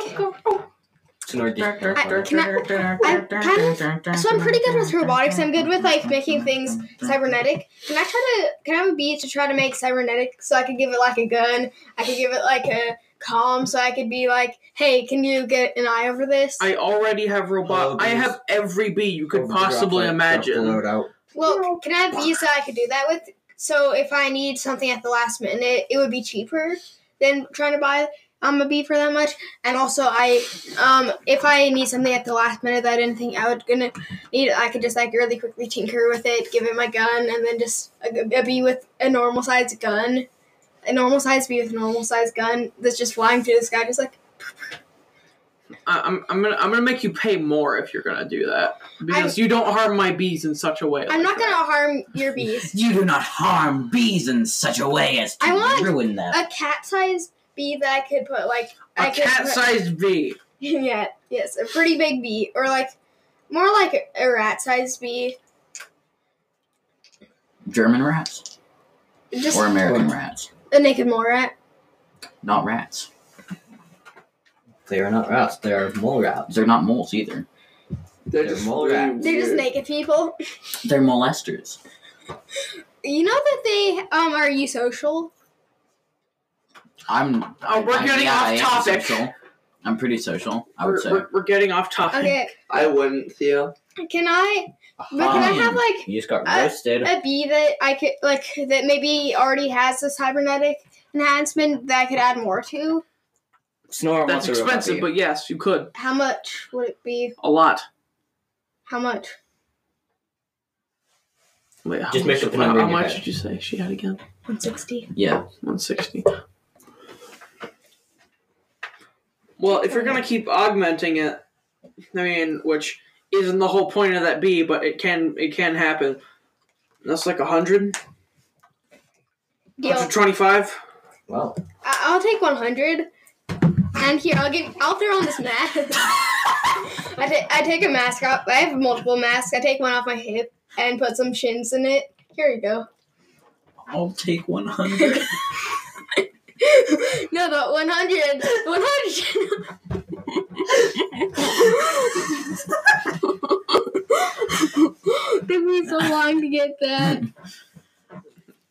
Speaker 2: It's an organ-
Speaker 4: can I, I'm kind of, so I'm pretty good with robotics. I'm good with like making things cybernetic. Can I try to can I have a beat to try to make cybernetic so I could give it like a gun? I could give it like a comm so I could be like, hey, can you get an eye over this?
Speaker 3: I already have robot.
Speaker 2: All
Speaker 3: I
Speaker 2: these-
Speaker 3: have every bee you could
Speaker 2: Drop
Speaker 3: possibly
Speaker 2: it, drop the
Speaker 3: imagine.
Speaker 2: load out.
Speaker 4: well, can I have bees that I could do that with? So if I need something at the last minute, it would be cheaper than trying to buy um, a bee for that much. And also, I um, if I need something at the last minute that I didn't think I would gonna need, I could just like really quickly tinker with it, give it my gun, and then just a, a bee with a normal sized gun, a normal sized bee with a normal sized gun that's just flying through the sky, just like
Speaker 3: I, I'm, I'm gonna I'm gonna make you pay more if you're gonna do that because you don't harm my bees in such a way.
Speaker 4: I'm
Speaker 3: like
Speaker 4: not
Speaker 3: that.
Speaker 4: gonna harm your bees.
Speaker 1: You do not harm bees in such a way as to
Speaker 4: I want
Speaker 1: ruin them.
Speaker 4: A cat sized bee that I could put like I
Speaker 3: A
Speaker 4: could
Speaker 3: cat
Speaker 4: put-
Speaker 3: sized bee.
Speaker 4: yeah, yes, a pretty big bee, or like more like a rat sized bee.
Speaker 1: German rats
Speaker 4: Just
Speaker 1: or American rats?
Speaker 4: a naked mole rat.
Speaker 1: Not rats.
Speaker 2: They are not rats. They are mole rats.
Speaker 1: They're not moles either.
Speaker 5: They're,
Speaker 2: They're
Speaker 5: just
Speaker 2: mole
Speaker 5: really
Speaker 2: rats.
Speaker 4: They're just
Speaker 5: weird.
Speaker 4: naked people.
Speaker 1: They're molesters.
Speaker 4: You know that they um are you social?
Speaker 1: I'm. I-
Speaker 3: we're
Speaker 1: I-
Speaker 3: getting
Speaker 1: yeah,
Speaker 3: off
Speaker 1: I am
Speaker 3: topic.
Speaker 1: social. I'm pretty social. I would
Speaker 3: We're,
Speaker 1: say.
Speaker 3: we're, we're getting off topic.
Speaker 4: Okay,
Speaker 5: I wouldn't, Theo.
Speaker 4: can I? But can I have like
Speaker 2: You just got
Speaker 4: I-
Speaker 2: roasted.
Speaker 4: a bee that I could like that maybe already has this cybernetic enhancement that I could add more to?
Speaker 2: Snore
Speaker 3: That's
Speaker 2: wants a robot
Speaker 3: expensive,
Speaker 2: bee.
Speaker 3: but yes, you could
Speaker 4: How much would it be?
Speaker 3: a lot.
Speaker 4: How much?
Speaker 3: Wait, how
Speaker 2: Just
Speaker 3: much,
Speaker 2: make up the
Speaker 3: how,
Speaker 2: number in your
Speaker 3: much
Speaker 2: head.
Speaker 3: did you say she had again?
Speaker 4: One sixty.
Speaker 1: yeah.
Speaker 3: One sixty. Well, if you're gonna keep augmenting it, I mean, which isn't the whole point of that bee, but it can it can happen. That's like a hundred.
Speaker 4: Deal.
Speaker 3: 125?
Speaker 2: Well,
Speaker 4: I- I'll take 100. And here, I'll give. I'll throw on this mask. I ta- I take a mask off. I have multiple masks. I take one off my hip and put some shins in it. Here you go.
Speaker 1: I'll take 100.
Speaker 4: no, the 100. 100. Took me so long to get that.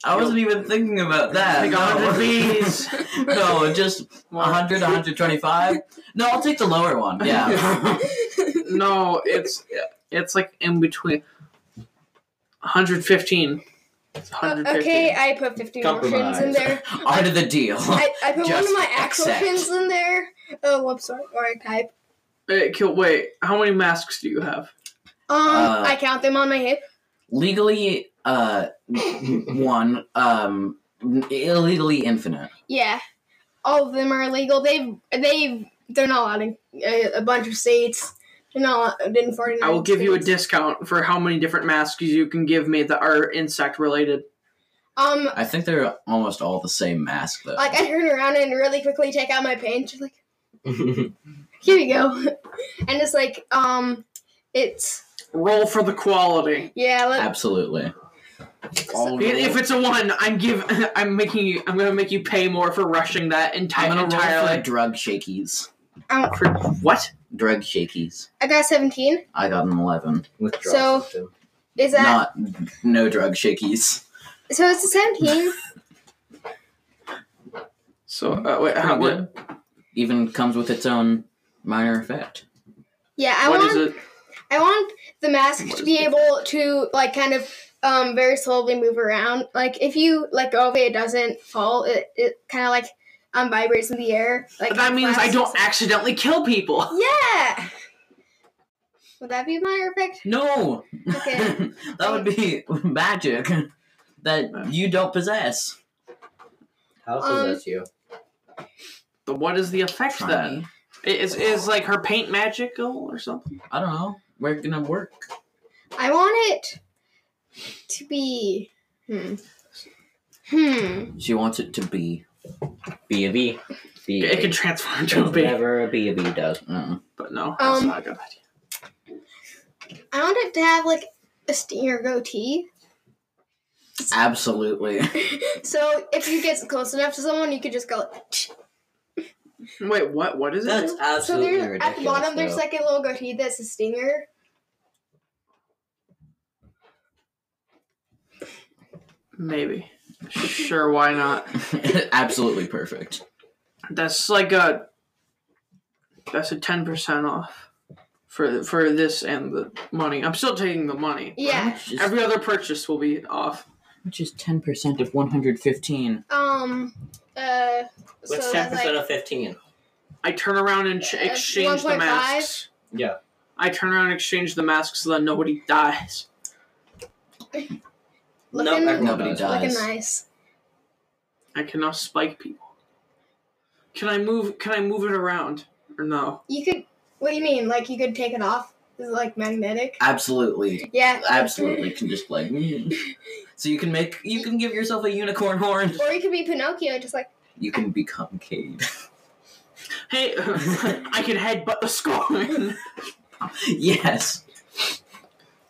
Speaker 1: I wasn't even thinking about that.
Speaker 3: Take a hundred
Speaker 1: No,
Speaker 3: bees.
Speaker 1: no just 100, 125. No, I'll take the lower one. Yeah.
Speaker 3: no, it's it's like in between. 115. It's 115.
Speaker 4: Uh, Okay, I put 50 more shins in
Speaker 2: Compromise.
Speaker 4: there.
Speaker 1: Art of the deal.
Speaker 4: I, I put one of
Speaker 1: Just
Speaker 4: my actual
Speaker 1: accept.
Speaker 4: shins in there. Oh, whoops, sorry, or I type.
Speaker 3: Uh, kill, wait, how many masks do you have?
Speaker 4: Um,
Speaker 1: Uh,
Speaker 4: I count them on my hip.
Speaker 1: Legally, uh, one. Um, illegally infinite.
Speaker 4: Yeah, all of them are illegal. They've they've they're not allowed in a, a bunch of states. They're not allowed in 49.
Speaker 3: I will give you a
Speaker 4: states.
Speaker 3: discount for how many different masks you can give me that are insect related.
Speaker 4: um.
Speaker 1: I think they're almost all the same mask, though.
Speaker 4: Like I turn around and really quickly take out my paint. Like here you go, and it's like um, it's
Speaker 3: Roll for the quality.
Speaker 4: yeah. Let,
Speaker 1: Absolutely.
Speaker 3: If it's a one, I'm give I'm making you I'm gonna make you pay more for rushing that
Speaker 1: I'm
Speaker 3: entire
Speaker 1: gonna roll for
Speaker 3: entirely.
Speaker 1: drug shakies.
Speaker 3: For what?
Speaker 1: Drug shakies.
Speaker 4: I got 17.
Speaker 1: I got an 11.
Speaker 2: withdraw
Speaker 4: So-
Speaker 2: system.
Speaker 4: Is that
Speaker 1: Not, no drug shakies.
Speaker 4: so? It's a 17.
Speaker 3: So uh, wait, how, what,
Speaker 1: Even comes with its own minor effect.
Speaker 4: yeah, I
Speaker 3: what
Speaker 4: want
Speaker 3: is it?
Speaker 4: I want the mask
Speaker 3: What
Speaker 4: to
Speaker 3: is
Speaker 4: be
Speaker 3: it?
Speaker 4: able to like kind of um very slowly move around. Like if you let go of it, it doesn't fall. It it kind of like um vibrates in the air. Like
Speaker 3: That means I
Speaker 4: flaps.
Speaker 3: don't accidentally kill people.
Speaker 4: Yeah. Would that be my effect?
Speaker 1: No!
Speaker 4: Okay.
Speaker 1: that would be magic that you don't possess.
Speaker 2: How
Speaker 4: Um,
Speaker 2: does that you?
Speaker 3: But what is the effect then?
Speaker 1: Try.
Speaker 3: Is is like her paint magical or something?
Speaker 1: I don't know. We're gonna work.
Speaker 4: I want it to be. Hmm. Hmm.
Speaker 1: She wants it to be.
Speaker 2: B a B. B
Speaker 3: It
Speaker 2: a
Speaker 3: can
Speaker 2: B.
Speaker 3: transform
Speaker 2: That's
Speaker 3: into a bee,
Speaker 2: Whatever a B a B does.
Speaker 1: Uh,
Speaker 3: but no, that's
Speaker 4: Um,
Speaker 3: not a good idea.
Speaker 4: I want it to have like a stinger goatee.
Speaker 1: absolutely.
Speaker 4: So if you get close enough to someone, you could just go.
Speaker 3: Wait, what? What is it?
Speaker 2: That's
Speaker 4: So
Speaker 2: absolutely
Speaker 4: there's
Speaker 2: ridiculous.
Speaker 4: at the bottom. There's
Speaker 2: though.
Speaker 4: like a little goatee that's a stinger.
Speaker 3: Maybe. Sure, why not?
Speaker 1: absolutely perfect.
Speaker 3: That's like a. That's a ten percent off, for for this and the money. I'm still taking the money.
Speaker 4: Yeah.
Speaker 1: Just,
Speaker 3: Every other purchase will be off.
Speaker 1: which is 10% of 115.
Speaker 4: Um. Uh.
Speaker 2: What's ten
Speaker 4: so that's
Speaker 2: percent
Speaker 4: like,
Speaker 2: of fifteen?
Speaker 3: I turn around and ch-
Speaker 4: Uh,
Speaker 3: exchange the
Speaker 4: 1.5?
Speaker 3: masks.
Speaker 2: Yeah.
Speaker 3: I turn around and exchange the masks so that nobody dies.
Speaker 4: Look
Speaker 2: no,
Speaker 4: in-
Speaker 2: everyone
Speaker 1: Nobody
Speaker 2: does.
Speaker 1: dies.
Speaker 4: looking nice?
Speaker 3: I can now spike people. Can I move? Can I move it around or no?
Speaker 4: You could. What do you mean? Like you could take it off? Is it like magnetic?
Speaker 1: Absolutely.
Speaker 4: Yeah.
Speaker 1: Absolutely. Can just like. So you can make. You can give yourself a unicorn horn.
Speaker 4: Or you could be Pinocchio, just like
Speaker 1: You can become Cade.
Speaker 3: Hey, I can headbutt the scorpion.
Speaker 1: yes.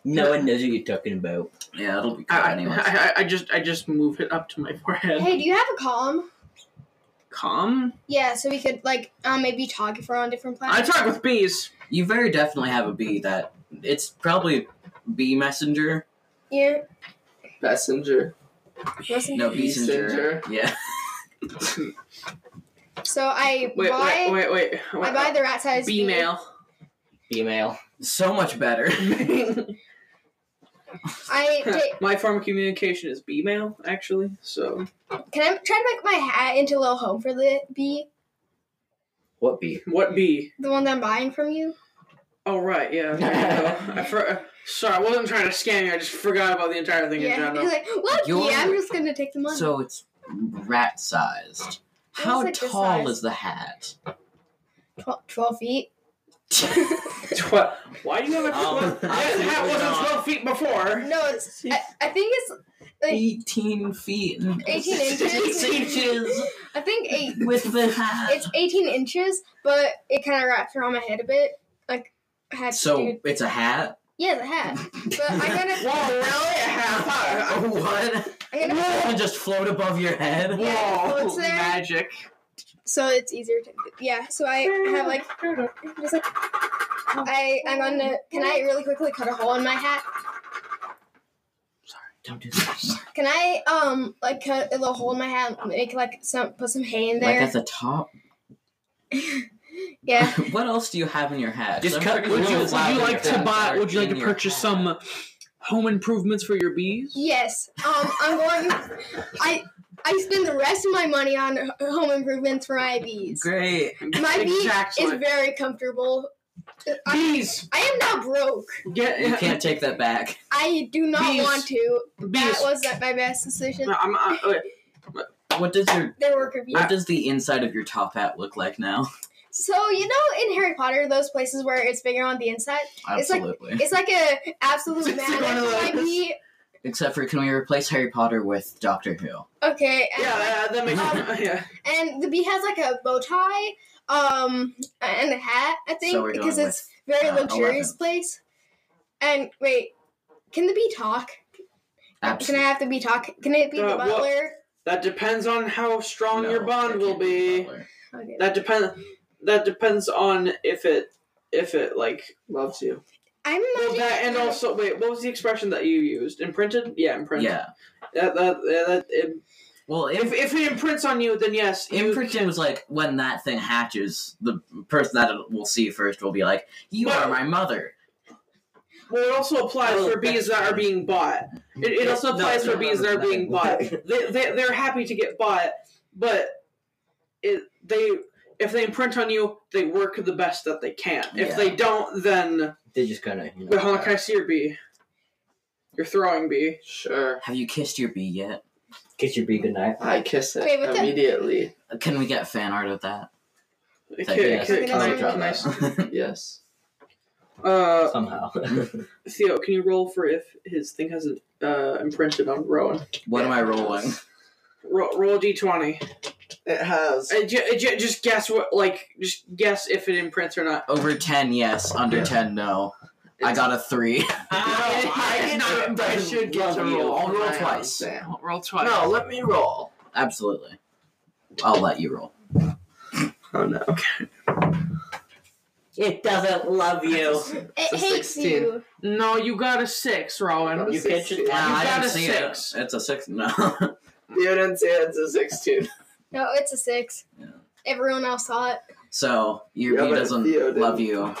Speaker 2: No one knows what you're talking about.
Speaker 1: Yeah, it'll be
Speaker 3: I,
Speaker 1: Cade anyways.
Speaker 3: I, I, I just I just move it up to my forehead.
Speaker 4: Hey, do you have a column?
Speaker 3: Calm.
Speaker 4: Yeah, so we could like um maybe talk if we're on different
Speaker 3: I
Speaker 4: planets.
Speaker 3: talk with bees.
Speaker 1: You very definitely have a bee that it's probably bee messenger.
Speaker 4: yeah.
Speaker 5: Messenger.
Speaker 4: Listen.
Speaker 1: No, bee
Speaker 5: Messenger.
Speaker 1: Yeah.
Speaker 4: So I
Speaker 3: Wait,
Speaker 4: buy
Speaker 3: wait, wait, wait. wait.
Speaker 4: I buy the rat size
Speaker 3: bee mail.
Speaker 2: Female.
Speaker 1: So much better.
Speaker 4: I take,
Speaker 3: My form of communication is bee mail, actually. So
Speaker 4: can I try to make my hat into a little home for the bee,
Speaker 2: What B?
Speaker 3: what bee?
Speaker 4: the one that I'm buying from you.
Speaker 3: Oh right, yeah. there you go. I for- sorry, I wasn't trying to scam you. I just forgot about the entire thing in
Speaker 4: yeah,
Speaker 3: general.
Speaker 4: he's like, look,
Speaker 1: Your-
Speaker 4: yeah, I'm just gonna take the money.
Speaker 1: so it's rat sized. How
Speaker 4: like the
Speaker 1: tall
Speaker 4: size.
Speaker 1: is the hat?
Speaker 4: Twel- 12 feet.
Speaker 3: foot. Why do you have a
Speaker 1: Um,
Speaker 3: foot? that
Speaker 1: absolutely
Speaker 3: hat wasn't
Speaker 1: not.
Speaker 3: twelve feet before.
Speaker 4: No, it's. I, I think it's Like-
Speaker 1: 18 feet. and
Speaker 4: 18
Speaker 1: six
Speaker 4: inches.
Speaker 1: inches
Speaker 4: I think eight.
Speaker 1: with the hat.
Speaker 4: It's 18 inches, but it kind of wraps around my head a bit. Like I had to
Speaker 1: So
Speaker 4: do-
Speaker 1: it's a hat?
Speaker 4: yeah, the hat. But I
Speaker 3: Whoa,
Speaker 4: gotta,
Speaker 3: really? A half
Speaker 1: A
Speaker 3: hat?
Speaker 1: what?
Speaker 4: I gotta.
Speaker 1: And just float above your head?
Speaker 4: Yeah,
Speaker 3: Whoa,
Speaker 4: it's there.
Speaker 3: magic.
Speaker 4: So it's easier to. Yeah. So I have like just like I I'm on. A, can I really quickly cut a hole in my hat?
Speaker 1: Don't do that.
Speaker 4: Can I um like cut a little hole in my hat, and make like some put some hay in
Speaker 1: Like
Speaker 4: there?
Speaker 1: at the top?
Speaker 4: yeah.
Speaker 1: what else do you have in your hat?
Speaker 2: Just
Speaker 1: I'm
Speaker 2: cut-
Speaker 1: pretty
Speaker 3: Would you,
Speaker 1: sure
Speaker 3: would
Speaker 1: flowers
Speaker 3: you like to
Speaker 1: are
Speaker 3: buy? Would you like
Speaker 1: in
Speaker 3: to
Speaker 1: your
Speaker 3: purchase
Speaker 1: hat.
Speaker 3: some home improvements for your bees?
Speaker 4: Yes. Um, I'm going. I I spend the rest of my money on h- home improvements for my bees.
Speaker 1: Great.
Speaker 4: My
Speaker 3: exactly.
Speaker 4: bee is very comfortable. I,
Speaker 3: bees.
Speaker 4: I am now broke.
Speaker 3: Get
Speaker 1: You can't take that back.
Speaker 4: I do not
Speaker 3: Bees.
Speaker 4: want to.
Speaker 3: bees.
Speaker 4: That was not my best decision.
Speaker 3: No, I'm, I, okay.
Speaker 1: What does your
Speaker 4: They work review.
Speaker 1: what does the inside of your top hat look like now?
Speaker 4: So you know, in Harry Potter, those places where it's bigger on the inside, It's like-
Speaker 1: Absolutely.
Speaker 4: it's like a absolute
Speaker 5: It's
Speaker 4: man.
Speaker 5: one of
Speaker 4: My
Speaker 5: those.
Speaker 4: bee.
Speaker 1: Except for can we replace Harry Potter with Doctor Who?
Speaker 4: Okay. And,
Speaker 3: Yeah, that, that makes sense.
Speaker 4: Um,
Speaker 3: Yeah.
Speaker 4: and the bee has like a bow tie, um, and a hat. I think
Speaker 1: so we're going
Speaker 4: because
Speaker 1: with
Speaker 4: it's very
Speaker 1: Uh,
Speaker 4: luxurious
Speaker 1: 11.
Speaker 4: place. And wait, can the bee talk? Can I
Speaker 1: absolutely.
Speaker 4: have the bee talk? Can it be
Speaker 3: Uh,
Speaker 4: the
Speaker 3: well-
Speaker 4: butler?
Speaker 3: That depends on how strong
Speaker 1: No,
Speaker 3: your bond
Speaker 1: it
Speaker 3: will
Speaker 1: can't be
Speaker 3: be.
Speaker 1: Butler.
Speaker 4: Okay.
Speaker 3: That depends. That depends on if it if it like loves you.
Speaker 4: I'm
Speaker 3: Well,
Speaker 4: imagining
Speaker 3: that and also wait, what was the expression that you used? Imprinted? Yeah, imprinted.
Speaker 1: Yeah.
Speaker 3: That that, yeah, that it,
Speaker 1: Well,
Speaker 3: if
Speaker 1: if
Speaker 3: if it imprints on you, then yes. you
Speaker 1: Imprinting was like when that thing hatches, the person that it will see first will be like, "You
Speaker 3: But-
Speaker 1: are my mother."
Speaker 3: can- Well, it also applies
Speaker 2: Oh,
Speaker 3: for bees that
Speaker 2: that's-
Speaker 3: are being bought. It, it also
Speaker 1: No,
Speaker 3: applies
Speaker 1: no,
Speaker 3: for bees
Speaker 1: no,
Speaker 3: that are
Speaker 1: no.
Speaker 3: being bought. They, they they're happy to get bought, but it they if they imprint on you, they work the best that they can. If
Speaker 1: Yeah.
Speaker 3: they don't, then
Speaker 2: They just kind of. You know,
Speaker 3: wait, hold on, can I see your bee? Your throwing bee.
Speaker 5: Sure.
Speaker 1: Have you kissed your bee yet?
Speaker 2: Kiss your bee goodnight.
Speaker 5: I kiss it
Speaker 4: Wait, what the-
Speaker 5: immediately.
Speaker 1: Can we get fan art of that?
Speaker 3: Can,
Speaker 1: Yes.
Speaker 3: can-
Speaker 4: Okay,
Speaker 3: can I-
Speaker 4: that's
Speaker 3: can I
Speaker 2: right.
Speaker 3: see-
Speaker 5: Yes.
Speaker 3: uh,
Speaker 2: Somehow.
Speaker 3: Theo, can you roll for if his thing hasn't uh, imprinted on Rowan?
Speaker 1: what am I rolling?
Speaker 3: Roll, roll a d20.
Speaker 5: It has.
Speaker 3: Uh, j- j- just guess what, like, just guess if it imprints or not.
Speaker 1: Over ten, yes. Under
Speaker 5: Yeah.
Speaker 1: ten, no. I
Speaker 5: It's-
Speaker 1: got a three.
Speaker 5: I
Speaker 3: I
Speaker 5: get
Speaker 3: not
Speaker 5: to- I should get to
Speaker 1: Love you.
Speaker 5: roll.
Speaker 1: I'll roll
Speaker 5: Nice.
Speaker 1: twice.
Speaker 5: Damn.
Speaker 3: Roll twice.
Speaker 5: No, let me roll.
Speaker 1: Absolutely. I'll let you roll.
Speaker 5: Oh no.
Speaker 2: it doesn't love you.
Speaker 4: It
Speaker 5: a
Speaker 4: hates
Speaker 5: 16.
Speaker 4: you.
Speaker 3: No, you got a six, Rowan.
Speaker 2: You catch it
Speaker 1: Nah,
Speaker 2: now.
Speaker 3: You
Speaker 1: I
Speaker 3: got
Speaker 1: didn't
Speaker 3: a
Speaker 1: see
Speaker 3: six.
Speaker 1: it. It's a six. No.
Speaker 5: You didn't say it's a 16.
Speaker 4: No, it's a six.
Speaker 1: Yeah.
Speaker 4: Everyone else saw it.
Speaker 1: so your
Speaker 5: Yeah,
Speaker 1: bee
Speaker 5: but
Speaker 1: doesn't
Speaker 5: Theo didn't.
Speaker 1: love you.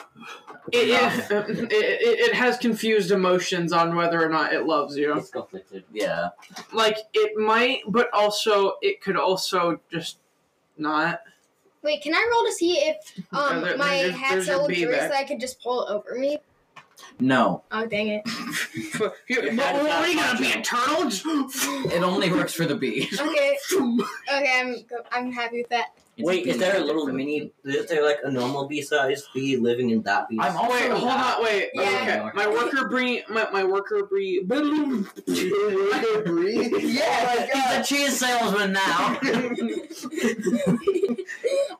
Speaker 3: It, it, uh, it, it, it has confused emotions on whether or not it loves you.
Speaker 2: It's conflicted.
Speaker 1: Yeah.
Speaker 3: Like, it might, but also, it could also just not.
Speaker 4: Wait, can I roll to see if um
Speaker 3: Uh, there-
Speaker 4: my
Speaker 3: there's-
Speaker 4: hat's
Speaker 3: there's your bee
Speaker 4: so luxurious
Speaker 3: back.
Speaker 4: that I could just pull it over me?
Speaker 1: No.
Speaker 4: Oh dang it!
Speaker 3: What,
Speaker 2: had it
Speaker 3: what are you
Speaker 2: not
Speaker 3: gonna be, a turtle? Just-
Speaker 1: It only works for the bees.
Speaker 4: Okay, okay, I'm go- I'm happy with that.
Speaker 2: Wait, is there a little mini? Is there like a normal bee size bee living in that bee?
Speaker 1: I'm
Speaker 2: size?
Speaker 1: all-
Speaker 3: wait, hold
Speaker 1: that.
Speaker 3: on, wait. Okay,
Speaker 4: Yeah.
Speaker 3: my worker bee, my, my worker bee.
Speaker 5: yeah,
Speaker 1: He's a cheese salesman now.
Speaker 4: I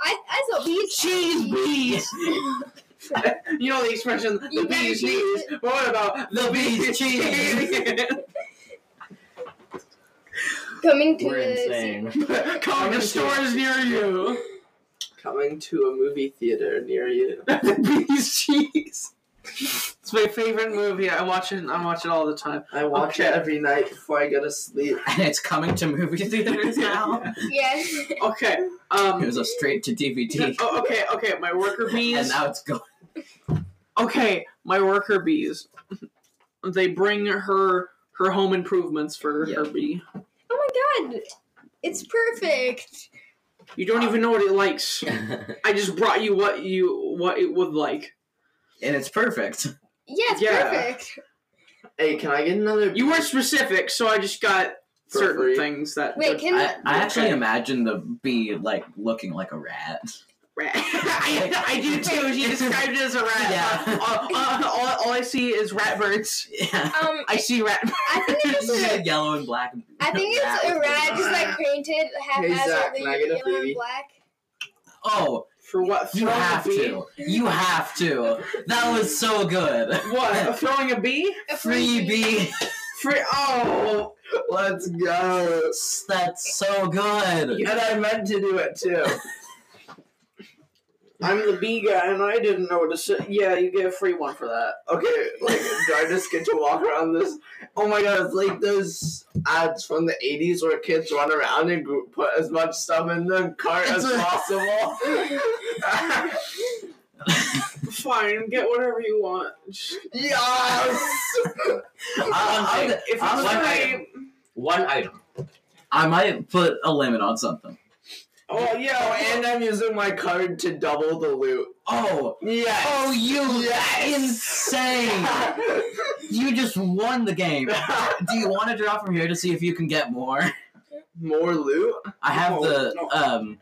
Speaker 4: I saw bees.
Speaker 1: cheese bees.
Speaker 3: You know the expression, the
Speaker 4: You
Speaker 3: bees
Speaker 4: better
Speaker 3: knees. But what about
Speaker 1: The bees cheese.
Speaker 4: coming to
Speaker 2: We're
Speaker 4: the
Speaker 2: insane.
Speaker 3: Come to stores near you.
Speaker 5: Coming to a movie theater near you.
Speaker 3: The bees cheese. It's my favorite movie. I watch it. I watch it all the time.
Speaker 5: I watch it
Speaker 3: Okay.
Speaker 5: every night before I go to sleep.
Speaker 1: And it's coming to movie theaters now.
Speaker 4: Yeah.
Speaker 3: Okay.
Speaker 1: It
Speaker 3: Um.
Speaker 1: was a straight to DVD.
Speaker 3: Oh, okay. Okay. My worker
Speaker 1: And
Speaker 3: bees.
Speaker 1: now it's going.
Speaker 3: Okay. My worker bees. They bring her her home improvements for her
Speaker 1: Yeah.
Speaker 3: bee.
Speaker 4: Oh my god, it's perfect.
Speaker 3: You don't even know what it likes.
Speaker 2: and
Speaker 3: I just brought you what you what it would like.
Speaker 1: And it's perfect.
Speaker 4: Yeah, it's
Speaker 3: Yeah.
Speaker 4: perfect.
Speaker 5: Hey, can I get another?
Speaker 3: You were specific, so I just got
Speaker 5: For
Speaker 3: certain
Speaker 5: free.
Speaker 3: things that.
Speaker 4: Wait, can
Speaker 1: I, I actually
Speaker 3: Okay.
Speaker 1: imagine the bee like looking like a rat.
Speaker 3: rat. I, I do too. She described it as a rat.
Speaker 1: Yeah.
Speaker 3: Uh, uh, all, all I see is rat birds.
Speaker 1: Yeah.
Speaker 4: Um,
Speaker 3: I see rat birds.
Speaker 4: I think it's
Speaker 1: Just
Speaker 4: just a,
Speaker 1: yellow and black.
Speaker 4: I think it's a rat just like painted half
Speaker 5: Hey, Zach,
Speaker 4: as
Speaker 5: can I get a
Speaker 4: yellow
Speaker 5: freebie?
Speaker 4: and black.
Speaker 1: Oh,
Speaker 3: For what?
Speaker 1: you
Speaker 3: throwing a
Speaker 1: have
Speaker 3: bee?
Speaker 1: to. You have to. That was so good.
Speaker 3: What? Throwing a bee?
Speaker 4: A
Speaker 1: Freebie.
Speaker 3: Free. Oh.
Speaker 5: Let's go.
Speaker 1: That's so good.
Speaker 5: And I meant to do it too.
Speaker 3: I'm the bee guy, and I didn't notice it. Yeah, you get a free one for that.
Speaker 5: Okay, like, do I just get to walk around this? Oh my god, it's like those ads from the 80s where kids run around and gr- put as much stuff in the cart as
Speaker 1: It's a-
Speaker 5: possible.
Speaker 1: Uh,
Speaker 3: Fine, get whatever you want.
Speaker 5: yes!
Speaker 1: I'm-
Speaker 3: If it's
Speaker 1: I'm like-
Speaker 3: free,
Speaker 2: One item.
Speaker 1: I might put a limit on something.
Speaker 3: oh
Speaker 5: Oh,
Speaker 3: yeah,
Speaker 5: and I'm using my card to double the loot.
Speaker 1: Oh,
Speaker 5: Yes!
Speaker 1: oh, you insane! you just won the game. Do you want to draw from here to see if you can get more?
Speaker 5: More loot?
Speaker 1: I have
Speaker 3: No,
Speaker 1: the
Speaker 3: no.
Speaker 1: um.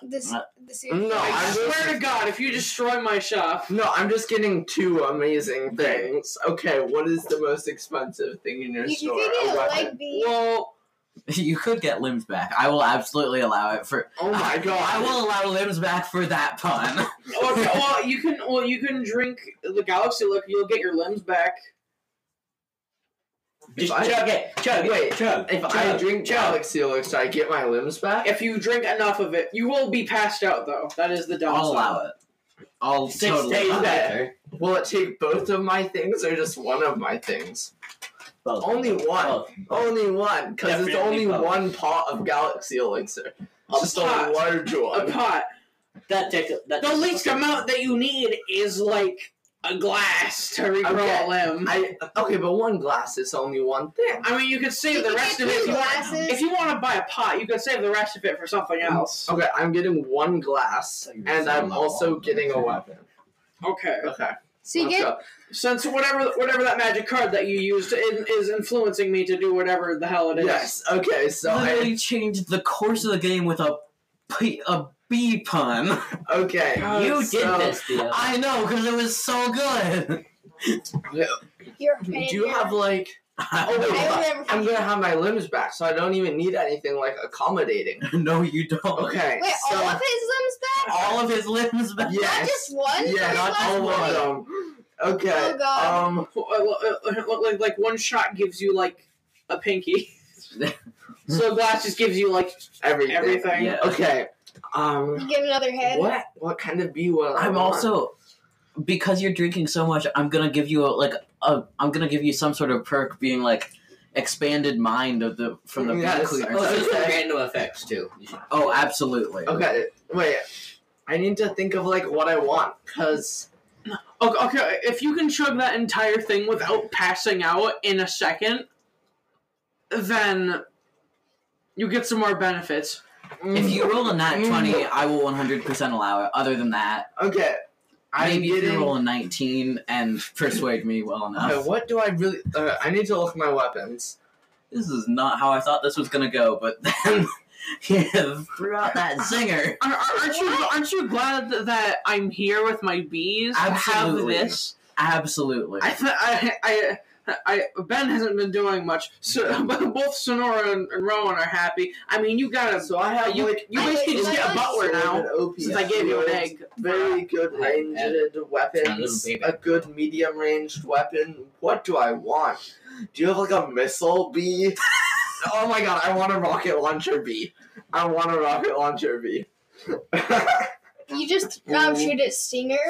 Speaker 4: This the
Speaker 5: No,
Speaker 3: I
Speaker 5: I'm
Speaker 3: swear
Speaker 5: just-
Speaker 3: to God, if you destroy my shop,
Speaker 5: No, I'm just getting two amazing things. Okay, what is the most expensive thing in your
Speaker 4: You, you
Speaker 5: store? Oh,
Speaker 4: could
Speaker 5: A
Speaker 4: get a
Speaker 5: weapon.
Speaker 4: leg beat.
Speaker 3: well,
Speaker 1: You could get limbs back. I will absolutely allow it for.
Speaker 5: Oh my god.
Speaker 1: I will allow limbs back for that pun.
Speaker 3: okay, well, you can, well, you can drink the galaxy look. You'll get your limbs back.
Speaker 2: Just
Speaker 5: I-
Speaker 2: chug it. Chug
Speaker 5: Wait,
Speaker 2: it. Chug.
Speaker 5: If I
Speaker 2: Chug.
Speaker 5: drink Galaxy Elixir, I get my limbs back?
Speaker 3: If you drink enough of it, you will be passed out, though. That is the downside.
Speaker 1: I'll allow it. I'll
Speaker 2: Six
Speaker 1: totally.
Speaker 2: days
Speaker 1: allow it.
Speaker 2: later.
Speaker 5: Will it take both of my things or just one of my things?
Speaker 2: Both.
Speaker 5: Only one.
Speaker 2: Both.
Speaker 5: Only one, because it's
Speaker 2: Definitely
Speaker 5: only
Speaker 2: both.
Speaker 5: one pot of Galaxy Elixir.
Speaker 3: A
Speaker 5: just
Speaker 3: pot.
Speaker 5: a large
Speaker 3: A
Speaker 5: one.
Speaker 3: pot.
Speaker 2: That takes. That
Speaker 3: The
Speaker 2: takes-
Speaker 3: least amount that you need is like a glass to regrow
Speaker 5: Okay.
Speaker 3: a limb. I,
Speaker 5: I okay, but one glass is only one thing.
Speaker 3: mean, you could save
Speaker 4: You
Speaker 3: the
Speaker 4: could
Speaker 3: rest
Speaker 4: get
Speaker 3: of it if
Speaker 4: two
Speaker 3: you want.
Speaker 4: glasses.
Speaker 3: If you want to buy a pot, you could save the rest of it for something else.
Speaker 5: Okay, I'm getting one glass, and I'm also getting a weapon. Oh.
Speaker 3: Okay.
Speaker 5: Okay,
Speaker 4: so you
Speaker 5: let's
Speaker 4: get
Speaker 5: go.
Speaker 3: Since whatever whatever that magic card that you used in, is influencing me to do whatever the hell it is.
Speaker 5: Yes. Okay, so I,
Speaker 1: Literally changed the course of the game with a p- a b pun.
Speaker 5: okay,
Speaker 1: Um,
Speaker 3: God,
Speaker 2: You
Speaker 5: so-
Speaker 2: did this, Theo.
Speaker 1: I know because it was so good.
Speaker 4: your
Speaker 5: Do
Speaker 4: fan.
Speaker 5: you have like Oh, wait,
Speaker 4: I remember.
Speaker 5: I'm gonna have my limbs back, so I don't even need anything like accommodating.
Speaker 1: no, you don't.
Speaker 5: Okay.
Speaker 4: Wait,
Speaker 5: so,
Speaker 4: all of his limbs back?
Speaker 1: All of his limbs back.
Speaker 5: Oh, yes,
Speaker 4: Not just one?
Speaker 5: Yeah,
Speaker 4: His
Speaker 5: not
Speaker 4: last
Speaker 5: all
Speaker 4: one?
Speaker 5: of them. Okay.
Speaker 4: Oh, God.
Speaker 5: Um.
Speaker 3: Uh, uh, Like, like one shot gives you like a pinky. so a glass just gives you like
Speaker 5: Everything.
Speaker 3: everything.
Speaker 1: Yeah.
Speaker 5: Okay. Um.
Speaker 4: You get another head.
Speaker 5: What? What kind of bee will I
Speaker 1: I'm
Speaker 5: want?
Speaker 1: also because you're drinking so much. I'm gonna give you a, like a. I'm gonna give you some sort of perk, being like expanded mind of the from the
Speaker 5: Yes.
Speaker 1: bee cleaner.
Speaker 2: Oh, so it's
Speaker 5: Okay.
Speaker 2: random effects too. You should-
Speaker 1: Oh, absolutely.
Speaker 5: Okay. Wait. I need to think of like what I want, cause
Speaker 3: Okay, okay, if you can chug that entire thing without passing out in a second, then you get some more benefits.
Speaker 1: If you roll a nat twenty, I will one hundred percent allow it. Other than that,
Speaker 5: okay. I'm
Speaker 1: maybe if
Speaker 5: getting.
Speaker 1: you roll a nineteen and persuade me well enough.
Speaker 5: Okay, what do I really? Uh, I need to look at my weapons.
Speaker 1: This is not how I thought this was gonna go, but then yeah, threw out that zinger.
Speaker 3: Are, are- aren't you aren't you glad th- that I'm here with my bees? to
Speaker 1: Absolutely.
Speaker 3: Have this.
Speaker 1: Absolutely.
Speaker 3: I, th- I I I Ben hasn't been doing much, so but both Sonora and, and Rowan are happy. I mean, you got a
Speaker 5: So I have
Speaker 3: you
Speaker 5: like
Speaker 3: you
Speaker 4: I
Speaker 3: basically just get a butler
Speaker 5: sword
Speaker 3: now
Speaker 5: and OPS
Speaker 3: since I gave you an
Speaker 5: shields.
Speaker 3: egg.
Speaker 5: very good
Speaker 2: I had
Speaker 5: ranged weapons,
Speaker 2: little baby.
Speaker 5: a good medium ranged weapon. What do I want? Do you have like a missile bee? oh my god, I want a rocket launcher bee. I want a rocket launcher bee.
Speaker 4: You just um,
Speaker 5: Mm.
Speaker 4: shoot at Stinger.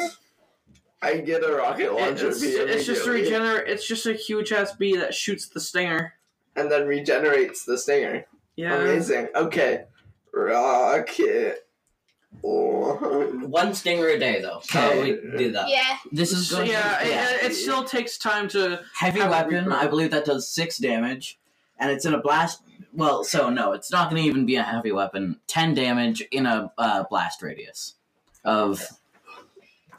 Speaker 5: I get a rocket
Speaker 3: It-
Speaker 5: launcher
Speaker 3: It's,
Speaker 5: bee.
Speaker 3: it's just a
Speaker 5: immediately,
Speaker 3: regenerate. It's just a huge ass bee that shoots the stinger.
Speaker 5: and then regenerates the stinger.
Speaker 3: Yeah.
Speaker 5: Amazing. Okay, rocket. launcher.
Speaker 2: One stinger a day, though. So we do
Speaker 5: Uh,
Speaker 2: that.
Speaker 4: Yeah.
Speaker 1: this is
Speaker 3: So
Speaker 1: going
Speaker 3: yeah,
Speaker 1: to
Speaker 3: it-
Speaker 1: yeah.
Speaker 3: uh, It, it still takes time to.
Speaker 1: heavy
Speaker 3: Have a
Speaker 1: weapon.
Speaker 3: recruit.
Speaker 1: I believe that does six damage, and it's in a blast. Well, so no, it's not going to even be a heavy weapon. Ten damage in a uh, blast radius of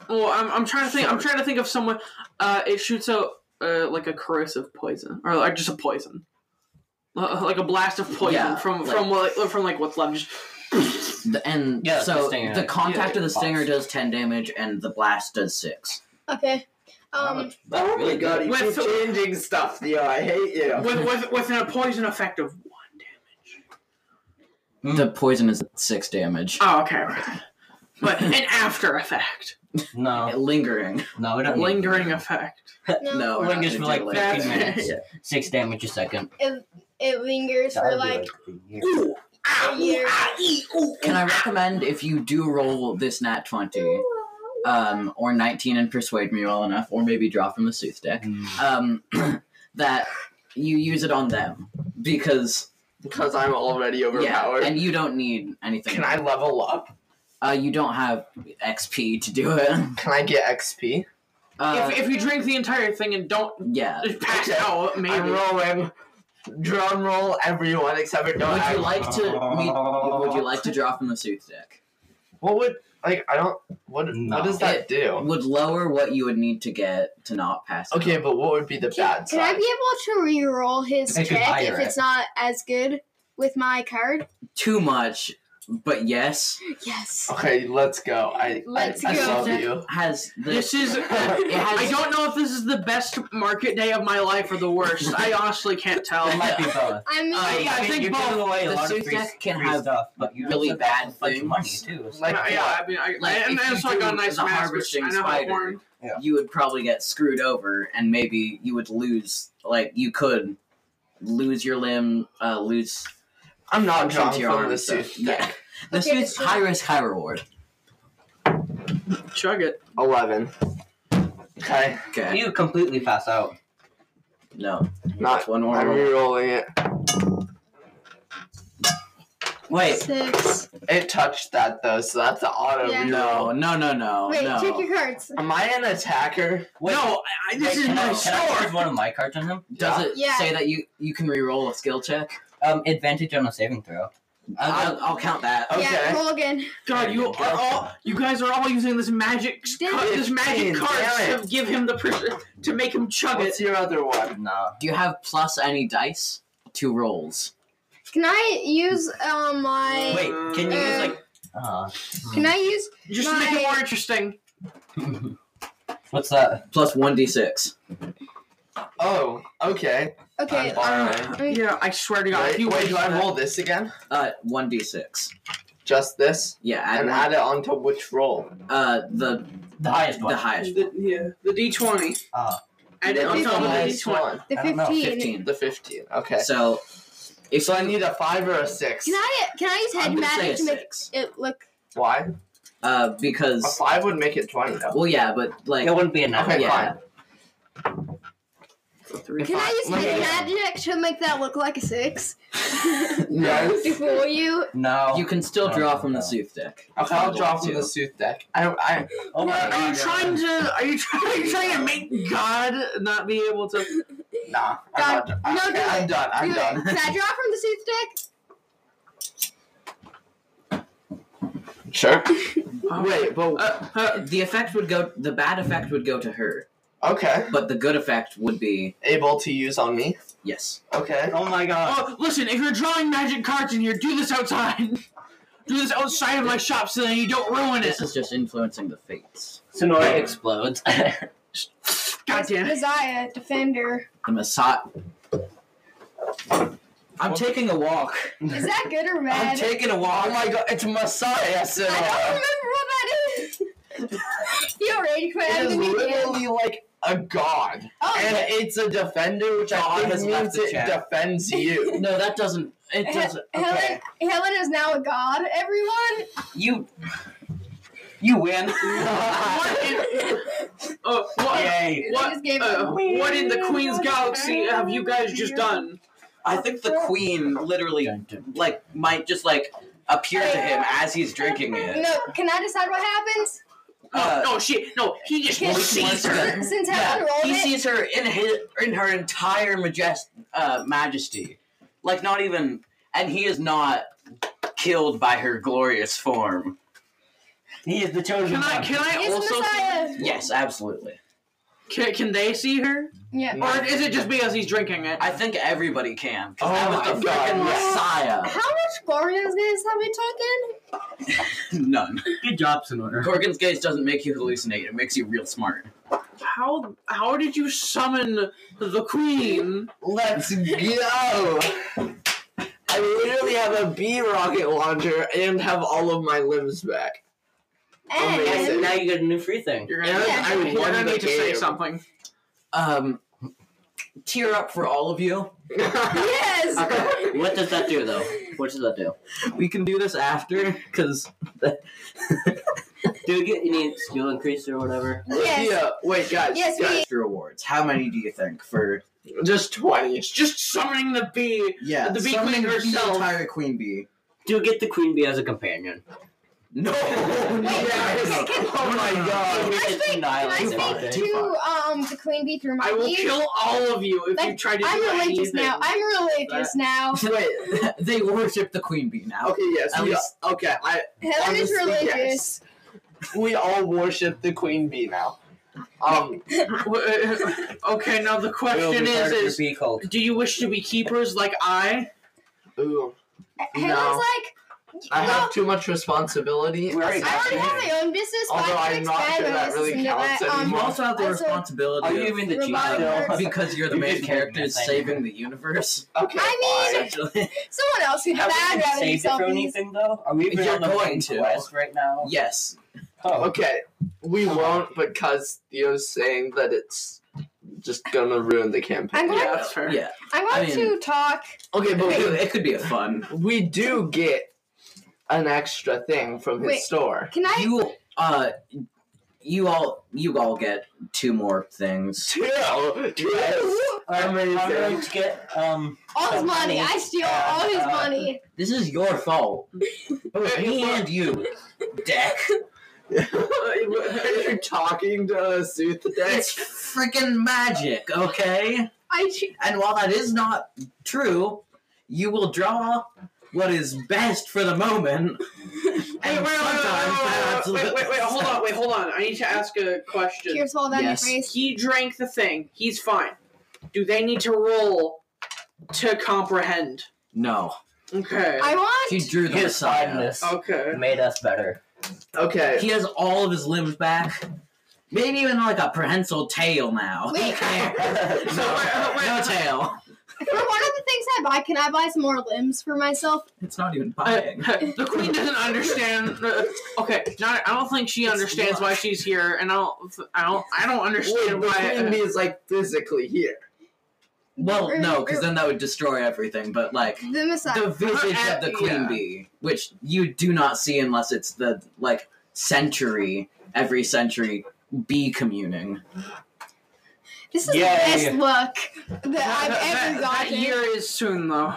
Speaker 3: Well, I'm, I'm trying to think. I'm trying to think of someone. Uh, it shoots out uh, like a corrosive poison, or like just a poison, Uh, like a blast of poison
Speaker 1: Yeah,
Speaker 3: from
Speaker 1: like-
Speaker 3: from like from like what's left. Just
Speaker 1: The- and
Speaker 2: Yeah,
Speaker 1: so
Speaker 2: the stinger.
Speaker 1: the contact of the
Speaker 2: Yeah,
Speaker 1: stinger
Speaker 2: pops.
Speaker 1: does ten damage, and the blast does six.
Speaker 4: Okay. Um.
Speaker 5: Oh my god, you
Speaker 3: With-
Speaker 5: keep changing stuff, Theo. I hate you.
Speaker 3: with, with, with a poison effect of one damage.
Speaker 2: Hmm.
Speaker 1: The poison is six damage.
Speaker 3: Oh, okay, right. But an after effect,
Speaker 2: No,
Speaker 1: Lingering.
Speaker 2: no, we
Speaker 3: a
Speaker 2: don't need
Speaker 3: lingering effect.
Speaker 4: No.
Speaker 1: No, we're not
Speaker 2: Lingers for
Speaker 1: gonna
Speaker 2: like
Speaker 1: do
Speaker 3: that.
Speaker 2: fifteen
Speaker 3: That's-
Speaker 2: minutes. Six damage a second.
Speaker 4: It, it lingers for like
Speaker 3: Ooh, ah, ooh,
Speaker 4: Yeah.
Speaker 3: ah, ee, ooh,
Speaker 1: Can I recommend if you do roll this nat twenty, um, or nineteen and persuade me well enough, or maybe draw from the sooth deck, um, that you use it on them because
Speaker 5: Because I'm already
Speaker 1: yeah,
Speaker 5: overpowered.
Speaker 1: and you don't need anything.
Speaker 5: Can I level up?
Speaker 1: Uh, you don't have XP to do it.
Speaker 5: Can I get XP?
Speaker 1: Uh,
Speaker 3: if, if you drink the entire thing and don't
Speaker 1: yeah.
Speaker 3: pass
Speaker 5: Okay.
Speaker 3: out, maybe.
Speaker 5: I'm rolling. Drum roll, everyone except for don't.
Speaker 1: Would
Speaker 5: I-
Speaker 1: you like to? meet- Would you like to draw from the sooth deck?
Speaker 5: What would like? I don't. What
Speaker 2: No.
Speaker 5: What does that do?
Speaker 1: Would lower what you would need to get to not pass.
Speaker 5: Okay,
Speaker 1: out.
Speaker 5: but what would be the
Speaker 4: Can,
Speaker 5: bad
Speaker 4: can I
Speaker 5: side?
Speaker 4: be able to re-roll his
Speaker 2: They could
Speaker 4: check
Speaker 2: hire
Speaker 4: if
Speaker 2: it.
Speaker 4: it's not as good with my card?
Speaker 1: too much. But yes,
Speaker 4: Yes.
Speaker 5: Okay, let's go. I
Speaker 4: Let's
Speaker 5: I, I
Speaker 4: go.
Speaker 5: love you.
Speaker 1: has the
Speaker 3: This is.
Speaker 1: It has-
Speaker 3: I don't know if this is the best market day of my life or the worst. I honestly can't tell.
Speaker 2: It might be both.
Speaker 4: I mean,
Speaker 1: Um,
Speaker 3: yeah, I think
Speaker 2: you're
Speaker 3: both.
Speaker 2: giving away a
Speaker 1: The
Speaker 2: lot of
Speaker 1: suit
Speaker 2: free,
Speaker 1: deck can
Speaker 2: free
Speaker 1: have
Speaker 2: stuff, but you
Speaker 1: really
Speaker 2: also got
Speaker 1: bad
Speaker 2: a bunch of money
Speaker 1: things.
Speaker 2: too.
Speaker 5: Like
Speaker 3: yeah, yeah, I mean, I,
Speaker 1: Like,
Speaker 3: and,
Speaker 1: if
Speaker 3: and
Speaker 1: you
Speaker 3: so I got
Speaker 1: do
Speaker 3: a nice
Speaker 1: the
Speaker 3: mask, which
Speaker 1: harvesting
Speaker 3: I know how
Speaker 1: spider,
Speaker 3: horn.
Speaker 2: Yeah.
Speaker 1: you would probably get screwed over, and maybe you would lose. Like you could lose your limb, uh, lose
Speaker 5: I'm not
Speaker 1: function
Speaker 5: drunk
Speaker 1: to your
Speaker 5: from
Speaker 1: arm.
Speaker 5: the
Speaker 1: and stuff.
Speaker 5: suit.
Speaker 1: Yeah, the
Speaker 4: Okay,
Speaker 1: suit's
Speaker 4: so-
Speaker 1: high risk, high reward.
Speaker 3: Chug it.
Speaker 5: Eleven. Okay,
Speaker 1: Okay,
Speaker 2: You completely pass out.
Speaker 1: no,
Speaker 5: not.
Speaker 1: that's one more.
Speaker 5: I'm
Speaker 1: roll.
Speaker 5: re-rolling it.
Speaker 2: Wait,
Speaker 4: six.
Speaker 5: It touched that though, so that's an auto
Speaker 4: Yeah.
Speaker 1: No,
Speaker 5: reroll.
Speaker 1: no, no, no,
Speaker 4: Wait,
Speaker 1: Oh, no.
Speaker 4: check your cards.
Speaker 5: Am I an attacker?
Speaker 2: wait.
Speaker 3: no, I, I, this
Speaker 2: wait,
Speaker 3: is
Speaker 2: can I-
Speaker 3: my
Speaker 2: can I
Speaker 3: store.
Speaker 2: use one of my cards on him?
Speaker 1: Does it
Speaker 4: Yeah.
Speaker 1: say that you you can re-roll a skill check?
Speaker 2: Um, advantage on a saving throw.
Speaker 1: I'll, I'll count that.
Speaker 5: Okay.
Speaker 4: Yeah, roll again.
Speaker 3: God, you are all. You guys are all using this magic. s-
Speaker 4: Damn
Speaker 3: Cut, this magic
Speaker 5: it.
Speaker 3: card
Speaker 5: Damn
Speaker 3: to give him the pres- to make him chug it.
Speaker 5: What's your other one?
Speaker 2: No.
Speaker 1: Do you have plus any dice to rolls?
Speaker 4: Can I use uh, my?
Speaker 2: Wait, can you use
Speaker 4: Uh,
Speaker 2: like? Uh,
Speaker 4: Can I use?
Speaker 3: Just to make it
Speaker 4: my-
Speaker 3: more interesting.
Speaker 2: Hmm. what's that?
Speaker 1: Plus one d six.
Speaker 5: Oh, okay.
Speaker 4: Okay. uh,
Speaker 5: I'm borrowing.
Speaker 4: Wait.
Speaker 3: Yeah, I swear to God. if
Speaker 5: Wait,
Speaker 3: you
Speaker 5: wait,
Speaker 3: wait,
Speaker 5: do I roll this again?
Speaker 1: Uh, one d six.
Speaker 5: Just this?
Speaker 1: Yeah, add
Speaker 5: And
Speaker 1: one-
Speaker 5: add it onto which roll?
Speaker 1: uh the
Speaker 2: The highest one.
Speaker 1: the highest.
Speaker 3: The, yeah, the D twenty.
Speaker 2: Ah.
Speaker 3: And
Speaker 5: The
Speaker 3: on top of the D
Speaker 5: highest
Speaker 3: twenty.
Speaker 5: one.
Speaker 4: The
Speaker 2: I don't know,
Speaker 4: fifteen.
Speaker 1: Fifteen.
Speaker 5: The 15. Okay.
Speaker 1: So if
Speaker 5: So I
Speaker 1: you-
Speaker 5: need a 5 or a 6.
Speaker 4: Can I? Can I use head
Speaker 1: I'm gonna say
Speaker 4: magic
Speaker 1: a
Speaker 4: to make
Speaker 1: six.
Speaker 4: it look?
Speaker 5: Why?
Speaker 1: Uh,
Speaker 5: A
Speaker 1: because
Speaker 5: 5 would make it 20, though.
Speaker 1: well, yeah, but like
Speaker 2: It wouldn't be enough.
Speaker 5: Okay,
Speaker 1: yeah.
Speaker 5: fine.
Speaker 3: Three,
Speaker 4: Can I
Speaker 5: Fine.
Speaker 4: use
Speaker 5: Let
Speaker 4: head
Speaker 5: me-
Speaker 4: magic to make that look like a six?
Speaker 5: Yes.
Speaker 4: Before you.
Speaker 2: No.
Speaker 1: you can still
Speaker 2: No,
Speaker 1: draw
Speaker 2: no,
Speaker 1: from the
Speaker 2: no.
Speaker 1: sooth deck.
Speaker 5: Okay, I'll draw from
Speaker 1: Two.
Speaker 5: the Sooth deck. I, I,
Speaker 2: Oh my
Speaker 3: Well, are you
Speaker 2: god.
Speaker 3: trying to? Are you trying? Are you trying to make God not be able to?
Speaker 5: nah. I'm, not, I,
Speaker 4: No, do
Speaker 5: okay, I'm
Speaker 4: it.
Speaker 5: done. I'm
Speaker 4: Do it.
Speaker 5: done.
Speaker 4: Can I draw from the suit deck?
Speaker 5: Sure. Wait, but.
Speaker 3: Uh, uh,
Speaker 1: The effect would go. The bad effect would go to her,
Speaker 5: Okay.
Speaker 1: but the good effect would be
Speaker 5: Able to use on me.
Speaker 1: yes.
Speaker 5: Okay.
Speaker 2: Oh my god.
Speaker 3: oh, listen, if you're drawing magic cards in here, do this outside. Do this outside of my shop so that you don't ruin it.
Speaker 1: This is just influencing the fates.
Speaker 2: Sonora explodes.
Speaker 3: God damn it.
Speaker 4: Messiah, defender.
Speaker 1: The Messiah. I'm taking a walk.
Speaker 4: Is that good or bad?
Speaker 5: taking a walk. Oh my god, it's Messiah. So
Speaker 4: I don't remember what that is. you already quit.
Speaker 5: it
Speaker 4: I'm
Speaker 5: is
Speaker 4: gonna be dead.
Speaker 5: literally like a god.
Speaker 4: Oh,
Speaker 5: and it's a defender, which
Speaker 2: God
Speaker 5: I
Speaker 2: has
Speaker 5: think
Speaker 2: left
Speaker 5: means
Speaker 2: the
Speaker 5: it
Speaker 2: chat.
Speaker 5: defends you.
Speaker 1: No, that doesn't. It
Speaker 4: He-
Speaker 5: Eh.
Speaker 1: doesn't.
Speaker 4: Helen, Helen is now a god. Everyone,
Speaker 2: you. You win.
Speaker 3: What in, uh, what,
Speaker 2: Yay.
Speaker 4: I
Speaker 3: what,
Speaker 4: just gave
Speaker 3: uh,
Speaker 4: up.
Speaker 3: what in the Queen's Galaxy have you guys just done?
Speaker 1: I think the queen literally like might just like appear
Speaker 5: Eh.
Speaker 1: to him as he's drinking it.
Speaker 4: No, can I decide what happens?
Speaker 1: Uh,
Speaker 3: no, no, she, no, he just
Speaker 4: Can-
Speaker 3: sees her.
Speaker 1: Good.
Speaker 4: Since Helen
Speaker 1: Yeah,
Speaker 4: rolled
Speaker 1: he
Speaker 4: it,
Speaker 1: sees her in his, in her entire majest uh, majesty, like not even, and he is not killed by her glorious form.
Speaker 2: He is the chosen
Speaker 3: Can I,
Speaker 2: one.
Speaker 3: can I
Speaker 4: he's
Speaker 3: also
Speaker 4: a messiah.
Speaker 1: Yes, absolutely.
Speaker 3: Can, can they see her?
Speaker 4: Yeah.
Speaker 5: No.
Speaker 3: Or is it just because he's drinking it?
Speaker 1: I think everybody can. 'cause
Speaker 5: Oh
Speaker 1: that was the
Speaker 5: my God,
Speaker 1: freaking
Speaker 4: yes.
Speaker 1: messiah.
Speaker 4: How much Guardians is have we taken?
Speaker 1: None.
Speaker 6: Good job, Sonora.
Speaker 1: Gorgon's gaze doesn't make you hallucinate. It makes you real smart.
Speaker 3: How how did you summon the queen?
Speaker 5: Let's go! I literally have a B rocket launcher and have all of my limbs back.
Speaker 3: Oh,
Speaker 2: So
Speaker 4: And
Speaker 2: now you get a new free thing.
Speaker 3: You're gonna,
Speaker 4: Yeah,
Speaker 5: I
Speaker 3: you're
Speaker 5: won
Speaker 3: gonna
Speaker 5: the
Speaker 3: need to say
Speaker 5: game.
Speaker 3: something.
Speaker 1: Um, tear up for all of you.
Speaker 4: yes.
Speaker 2: Okay. What does that do though? What does that do?
Speaker 6: We can do this after, because
Speaker 2: Do you get any skill increase or whatever?
Speaker 4: Yes.
Speaker 5: Yeah, wait, guys.
Speaker 4: Yes, we-
Speaker 5: guys,
Speaker 1: Your awards. How many do you think for?
Speaker 5: Just 20.
Speaker 3: It's just summoning the bee.
Speaker 1: Yeah,
Speaker 3: The bee
Speaker 1: summoning
Speaker 3: queen
Speaker 1: the
Speaker 3: herself.
Speaker 1: entire queen bee.
Speaker 2: Do you get the queen bee as a companion?
Speaker 1: No.
Speaker 5: Yes.
Speaker 4: can- can-
Speaker 5: Oh my
Speaker 4: Can
Speaker 5: god.
Speaker 4: I
Speaker 2: It's
Speaker 4: speak? Can
Speaker 2: annihilate
Speaker 4: I
Speaker 2: something.
Speaker 4: speak to um the queen bee through my
Speaker 3: I will
Speaker 4: ears?
Speaker 3: kill all of you if you
Speaker 4: Like,
Speaker 3: try to do
Speaker 4: I'm religious
Speaker 3: anything.
Speaker 4: now. I'm religious now.
Speaker 5: Wait.
Speaker 1: they worship the queen bee now.
Speaker 5: Okay, yes.
Speaker 1: At
Speaker 5: we-
Speaker 1: least-
Speaker 5: okay, I
Speaker 4: Helen is
Speaker 5: honestly,
Speaker 4: religious.
Speaker 5: yes. We all worship the queen bee now. Um,
Speaker 3: W- uh, okay, now the question is, is
Speaker 2: bee cult.
Speaker 3: do you wish to be keepers like I?
Speaker 5: ooh,
Speaker 4: Helen's like,
Speaker 5: I
Speaker 4: no,
Speaker 5: have too much responsibility.
Speaker 2: We're
Speaker 4: I already
Speaker 2: assassinating.
Speaker 5: Assassinate.
Speaker 4: have my own business, but
Speaker 5: Although
Speaker 4: I can
Speaker 5: I'm not
Speaker 4: expand
Speaker 5: sure
Speaker 4: my
Speaker 5: that
Speaker 4: business
Speaker 5: really
Speaker 4: into
Speaker 5: counts
Speaker 4: that.
Speaker 1: You
Speaker 4: Um,
Speaker 5: anymore.
Speaker 1: also have the
Speaker 4: Also-
Speaker 1: responsibility.
Speaker 2: Are
Speaker 1: of-
Speaker 2: you even the chief
Speaker 4: Robotic
Speaker 2: still?
Speaker 4: nurse.
Speaker 1: because you're the
Speaker 6: You
Speaker 1: main
Speaker 6: just made
Speaker 1: characters
Speaker 6: that thing.
Speaker 1: saving the universe.
Speaker 5: Okay,
Speaker 4: I mean-
Speaker 5: fine.
Speaker 1: Actually,
Speaker 4: someone else could do
Speaker 2: Have
Speaker 4: that
Speaker 2: we
Speaker 4: rather than
Speaker 2: saved it
Speaker 4: yourself.
Speaker 2: from anything though? Are we even
Speaker 1: You're
Speaker 2: on the
Speaker 1: going
Speaker 2: main
Speaker 1: to.
Speaker 2: quest right now?
Speaker 1: yes.
Speaker 2: Oh.
Speaker 5: okay, we won't because Theo's saying that it's just gonna ruin the campaign.
Speaker 4: I'm going,
Speaker 3: Yeah, that's fair.
Speaker 1: Yeah.
Speaker 4: I'm going
Speaker 1: I mean-
Speaker 4: to talk.
Speaker 5: Okay, but
Speaker 1: It could,
Speaker 5: we,
Speaker 1: it could be a fun.
Speaker 5: we do get an extra thing from his
Speaker 4: Wait.
Speaker 5: store.
Speaker 4: Can I?
Speaker 1: You uh, you all you all get two more things.
Speaker 5: Two, yes,
Speaker 6: I'm ready
Speaker 5: I'm ready
Speaker 6: to get um.
Speaker 4: all his money. I steal all his
Speaker 6: Uh,
Speaker 4: money.
Speaker 1: This is your fault. Me and you, Deck.
Speaker 5: Are you talking to Soothdeck?
Speaker 1: It's freaking magic, okay?
Speaker 4: I che-
Speaker 1: And while that is not true, you will draw what is best for the moment.
Speaker 3: Hey,
Speaker 1: and
Speaker 3: wait, wait,
Speaker 1: sometimes
Speaker 3: wait,
Speaker 1: that
Speaker 3: wait, wait, wait,
Speaker 1: absolutely-
Speaker 3: wait, wait, hold on, wait, hold on. I need to ask a question.
Speaker 4: tears fall down
Speaker 1: Yes.
Speaker 4: your face.
Speaker 3: He drank the thing. He's fine. Do they need to roll to comprehend?
Speaker 1: No,
Speaker 3: Okay.
Speaker 4: I
Speaker 1: he
Speaker 4: want.
Speaker 1: drew the
Speaker 2: His
Speaker 1: Messiah. Oh.
Speaker 2: fineness
Speaker 3: Okay.
Speaker 2: made us better.
Speaker 5: Okay,
Speaker 1: He has all of his limbs back. Maybe even like a prehensile tail now.
Speaker 4: Wait.
Speaker 1: no,
Speaker 3: So wait, uh, wait,
Speaker 1: no tail.
Speaker 4: For one of the things I buy, can I buy some more limbs for myself?
Speaker 1: It's not even
Speaker 3: Uh,
Speaker 1: buying.
Speaker 3: the queen doesn't understand. uh, okay, not, I don't think she
Speaker 1: It's
Speaker 3: understands
Speaker 1: luck.
Speaker 3: why she's here, and I don't, I don't, I don't
Speaker 5: Wait,
Speaker 3: understand
Speaker 5: the
Speaker 3: why. uh,
Speaker 5: queen bee
Speaker 4: uh,
Speaker 5: is like physically here.
Speaker 1: well,
Speaker 4: Or-
Speaker 1: no, because
Speaker 4: or-
Speaker 1: then that would destroy everything. But like
Speaker 4: The Messiah.
Speaker 1: the visage of the queen
Speaker 3: Yeah.
Speaker 1: bee, which you do not see unless it's the like century every century bee communing.
Speaker 4: This is
Speaker 6: Yay.
Speaker 4: the best luck that I've
Speaker 3: that, that
Speaker 4: ever gotten.
Speaker 3: year is soon, though.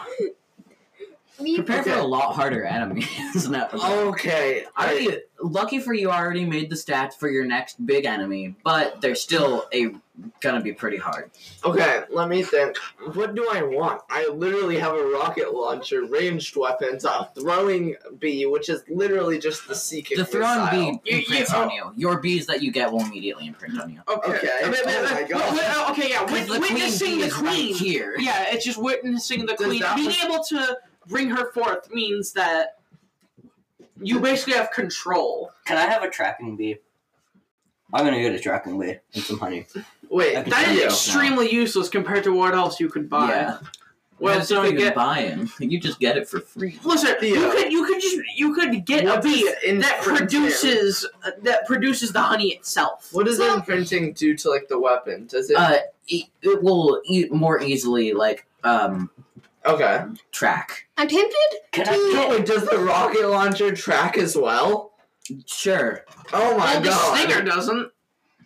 Speaker 4: We-
Speaker 1: Prepare for
Speaker 5: Okay.
Speaker 1: a lot harder enemies. no,
Speaker 3: Oh,
Speaker 5: Okay, I
Speaker 1: already, lucky for you, I already made the stats for your next big enemy, but they're still a gonna be pretty hard.
Speaker 5: okay. Let me think. What do I want? I literally have a rocket launcher, ranged weapons, a throwing bee, which is literally just the sea kick
Speaker 1: The throne
Speaker 5: missile.
Speaker 1: bee
Speaker 3: You-
Speaker 1: imprints
Speaker 3: you-
Speaker 1: on you. Your bees that you get will immediately imprint on you.
Speaker 3: Okay.
Speaker 5: Okay.
Speaker 3: Wait, wait,
Speaker 5: Oh
Speaker 3: wait,
Speaker 5: my
Speaker 3: wait,
Speaker 5: God.
Speaker 3: wait, oh, okay, yeah.
Speaker 1: Because
Speaker 3: Wit-
Speaker 1: the queen
Speaker 3: witnessing
Speaker 1: bee
Speaker 3: the
Speaker 1: is right
Speaker 3: queen.
Speaker 1: here.
Speaker 3: Yeah, it's just witnessing the
Speaker 5: Does
Speaker 3: queen.
Speaker 5: that
Speaker 3: Being
Speaker 5: pres-
Speaker 3: able to bring her forth means that you basically have control.
Speaker 2: Can I have a tracking bee? I'm gonna get a tracking bee and some honey.
Speaker 5: Wait,
Speaker 2: That
Speaker 3: That is
Speaker 5: Theo.
Speaker 3: extremely useless compared to what else you could buy.
Speaker 1: Yeah.
Speaker 3: Well,
Speaker 1: That's
Speaker 3: so
Speaker 1: not
Speaker 3: you
Speaker 1: even
Speaker 3: get-
Speaker 1: buying. You just get it for free.
Speaker 3: Listen, you
Speaker 5: Theo.
Speaker 3: could you could just you could get
Speaker 5: What
Speaker 3: a bee
Speaker 5: does imprinting-
Speaker 3: that produces that produces the honey itself.
Speaker 5: What does
Speaker 4: So-
Speaker 5: imprinting do to like the weapon? Does it?
Speaker 1: Uh, it, it will eat more easily, like um,
Speaker 5: okay.
Speaker 1: track.
Speaker 4: I'm tempted.
Speaker 2: Can
Speaker 5: No,
Speaker 2: I
Speaker 5: wait, does the rocket launcher track as well?
Speaker 1: Sure.
Speaker 5: Oh my
Speaker 3: Well, the
Speaker 5: god!
Speaker 3: stinger doesn't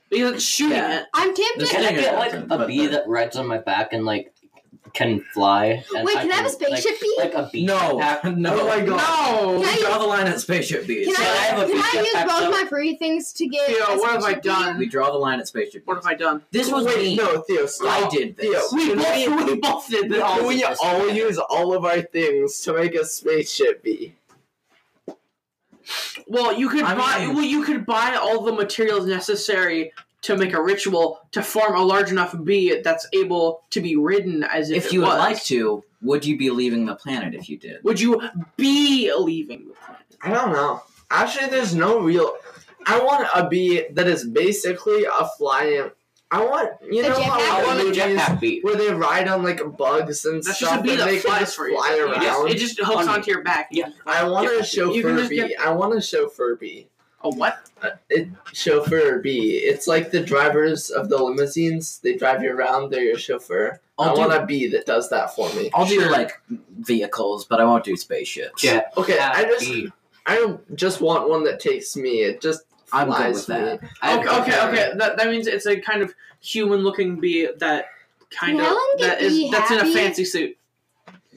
Speaker 3: because it's shooting
Speaker 1: Yeah.
Speaker 3: it.
Speaker 4: I'm
Speaker 1: The
Speaker 2: get?
Speaker 4: tempted.
Speaker 2: Can I
Speaker 1: stinger
Speaker 2: get
Speaker 1: doesn't,
Speaker 2: like
Speaker 1: but
Speaker 2: a bee
Speaker 1: the-
Speaker 2: that rides on my back and like can fly? And
Speaker 4: Wait, can I have a
Speaker 2: like-
Speaker 4: spaceship bee?
Speaker 2: Like a bee.
Speaker 1: No,
Speaker 2: jetpack?
Speaker 1: no.
Speaker 5: Oh my god!
Speaker 3: No.
Speaker 4: Can I-
Speaker 1: Draw the line at spaceship bees.
Speaker 4: Can
Speaker 2: So I
Speaker 4: I,
Speaker 2: have a
Speaker 4: can I
Speaker 2: big
Speaker 4: use
Speaker 2: jetpack,
Speaker 4: both
Speaker 2: so-
Speaker 4: my free things to get?
Speaker 3: Theo,
Speaker 4: a
Speaker 3: what have I
Speaker 4: special
Speaker 3: done?
Speaker 4: thing?
Speaker 1: We draw the line at spaceship.
Speaker 3: What
Speaker 1: bees.
Speaker 3: have I done?
Speaker 1: This was
Speaker 5: Wait,
Speaker 1: me.
Speaker 5: no, Theo, stop.
Speaker 1: I did this.
Speaker 5: Theo,
Speaker 3: We
Speaker 5: can we-
Speaker 3: both, we both did this.
Speaker 5: Can we
Speaker 1: just
Speaker 5: all
Speaker 1: together.
Speaker 5: use all of our things to make a spaceship bee?
Speaker 3: Well, you could
Speaker 1: I
Speaker 3: buy.
Speaker 1: mean-
Speaker 3: well, you could buy all the materials necessary to make a ritual to form a large enough bee that's able to be ridden as if,
Speaker 1: If
Speaker 3: it
Speaker 1: you would
Speaker 3: was.
Speaker 1: like to, would you be leaving the planet if you did?
Speaker 3: Would you be leaving the planet?
Speaker 5: I don't know. Actually, there's no real. I want a bee that is basically a flying. I want you
Speaker 4: A
Speaker 5: know how
Speaker 4: jetpack? I
Speaker 5: in
Speaker 4: want a
Speaker 5: movies
Speaker 2: beat.
Speaker 5: where they ride on like bugs and
Speaker 3: That's
Speaker 5: stuff
Speaker 3: just a bee
Speaker 5: and
Speaker 3: that
Speaker 5: they can
Speaker 3: flies
Speaker 5: just
Speaker 3: for you.
Speaker 5: fly
Speaker 3: It just,
Speaker 5: around.
Speaker 3: it just hooks
Speaker 2: On you.
Speaker 3: onto your back.
Speaker 2: Yeah.
Speaker 5: I want
Speaker 3: Yeah.
Speaker 5: a
Speaker 3: You can
Speaker 5: chauffeur
Speaker 3: just
Speaker 5: bee.
Speaker 3: get-
Speaker 5: I want a chauffeur bee.
Speaker 3: A what?
Speaker 5: Uh, It chauffeur bee. It's like the drivers of the limousines. They drive you around. They're your chauffeur. i
Speaker 1: I'll do,
Speaker 5: want a bee that does that for me.
Speaker 1: I'll do
Speaker 3: Sure.
Speaker 1: like vehicles, but I won't do spaceships.
Speaker 6: Yeah.
Speaker 5: Okay, I
Speaker 6: Happy.
Speaker 5: just I just want one that takes me. It just
Speaker 1: I'm good
Speaker 5: flies
Speaker 1: with that.
Speaker 5: me.
Speaker 6: I-
Speaker 3: okay, okay, okay. That, that means it's a kind of human-looking bee that kind
Speaker 4: Can
Speaker 3: of
Speaker 4: Helen get
Speaker 3: that is
Speaker 4: bee
Speaker 3: that's in a
Speaker 4: happy?
Speaker 3: fancy suit.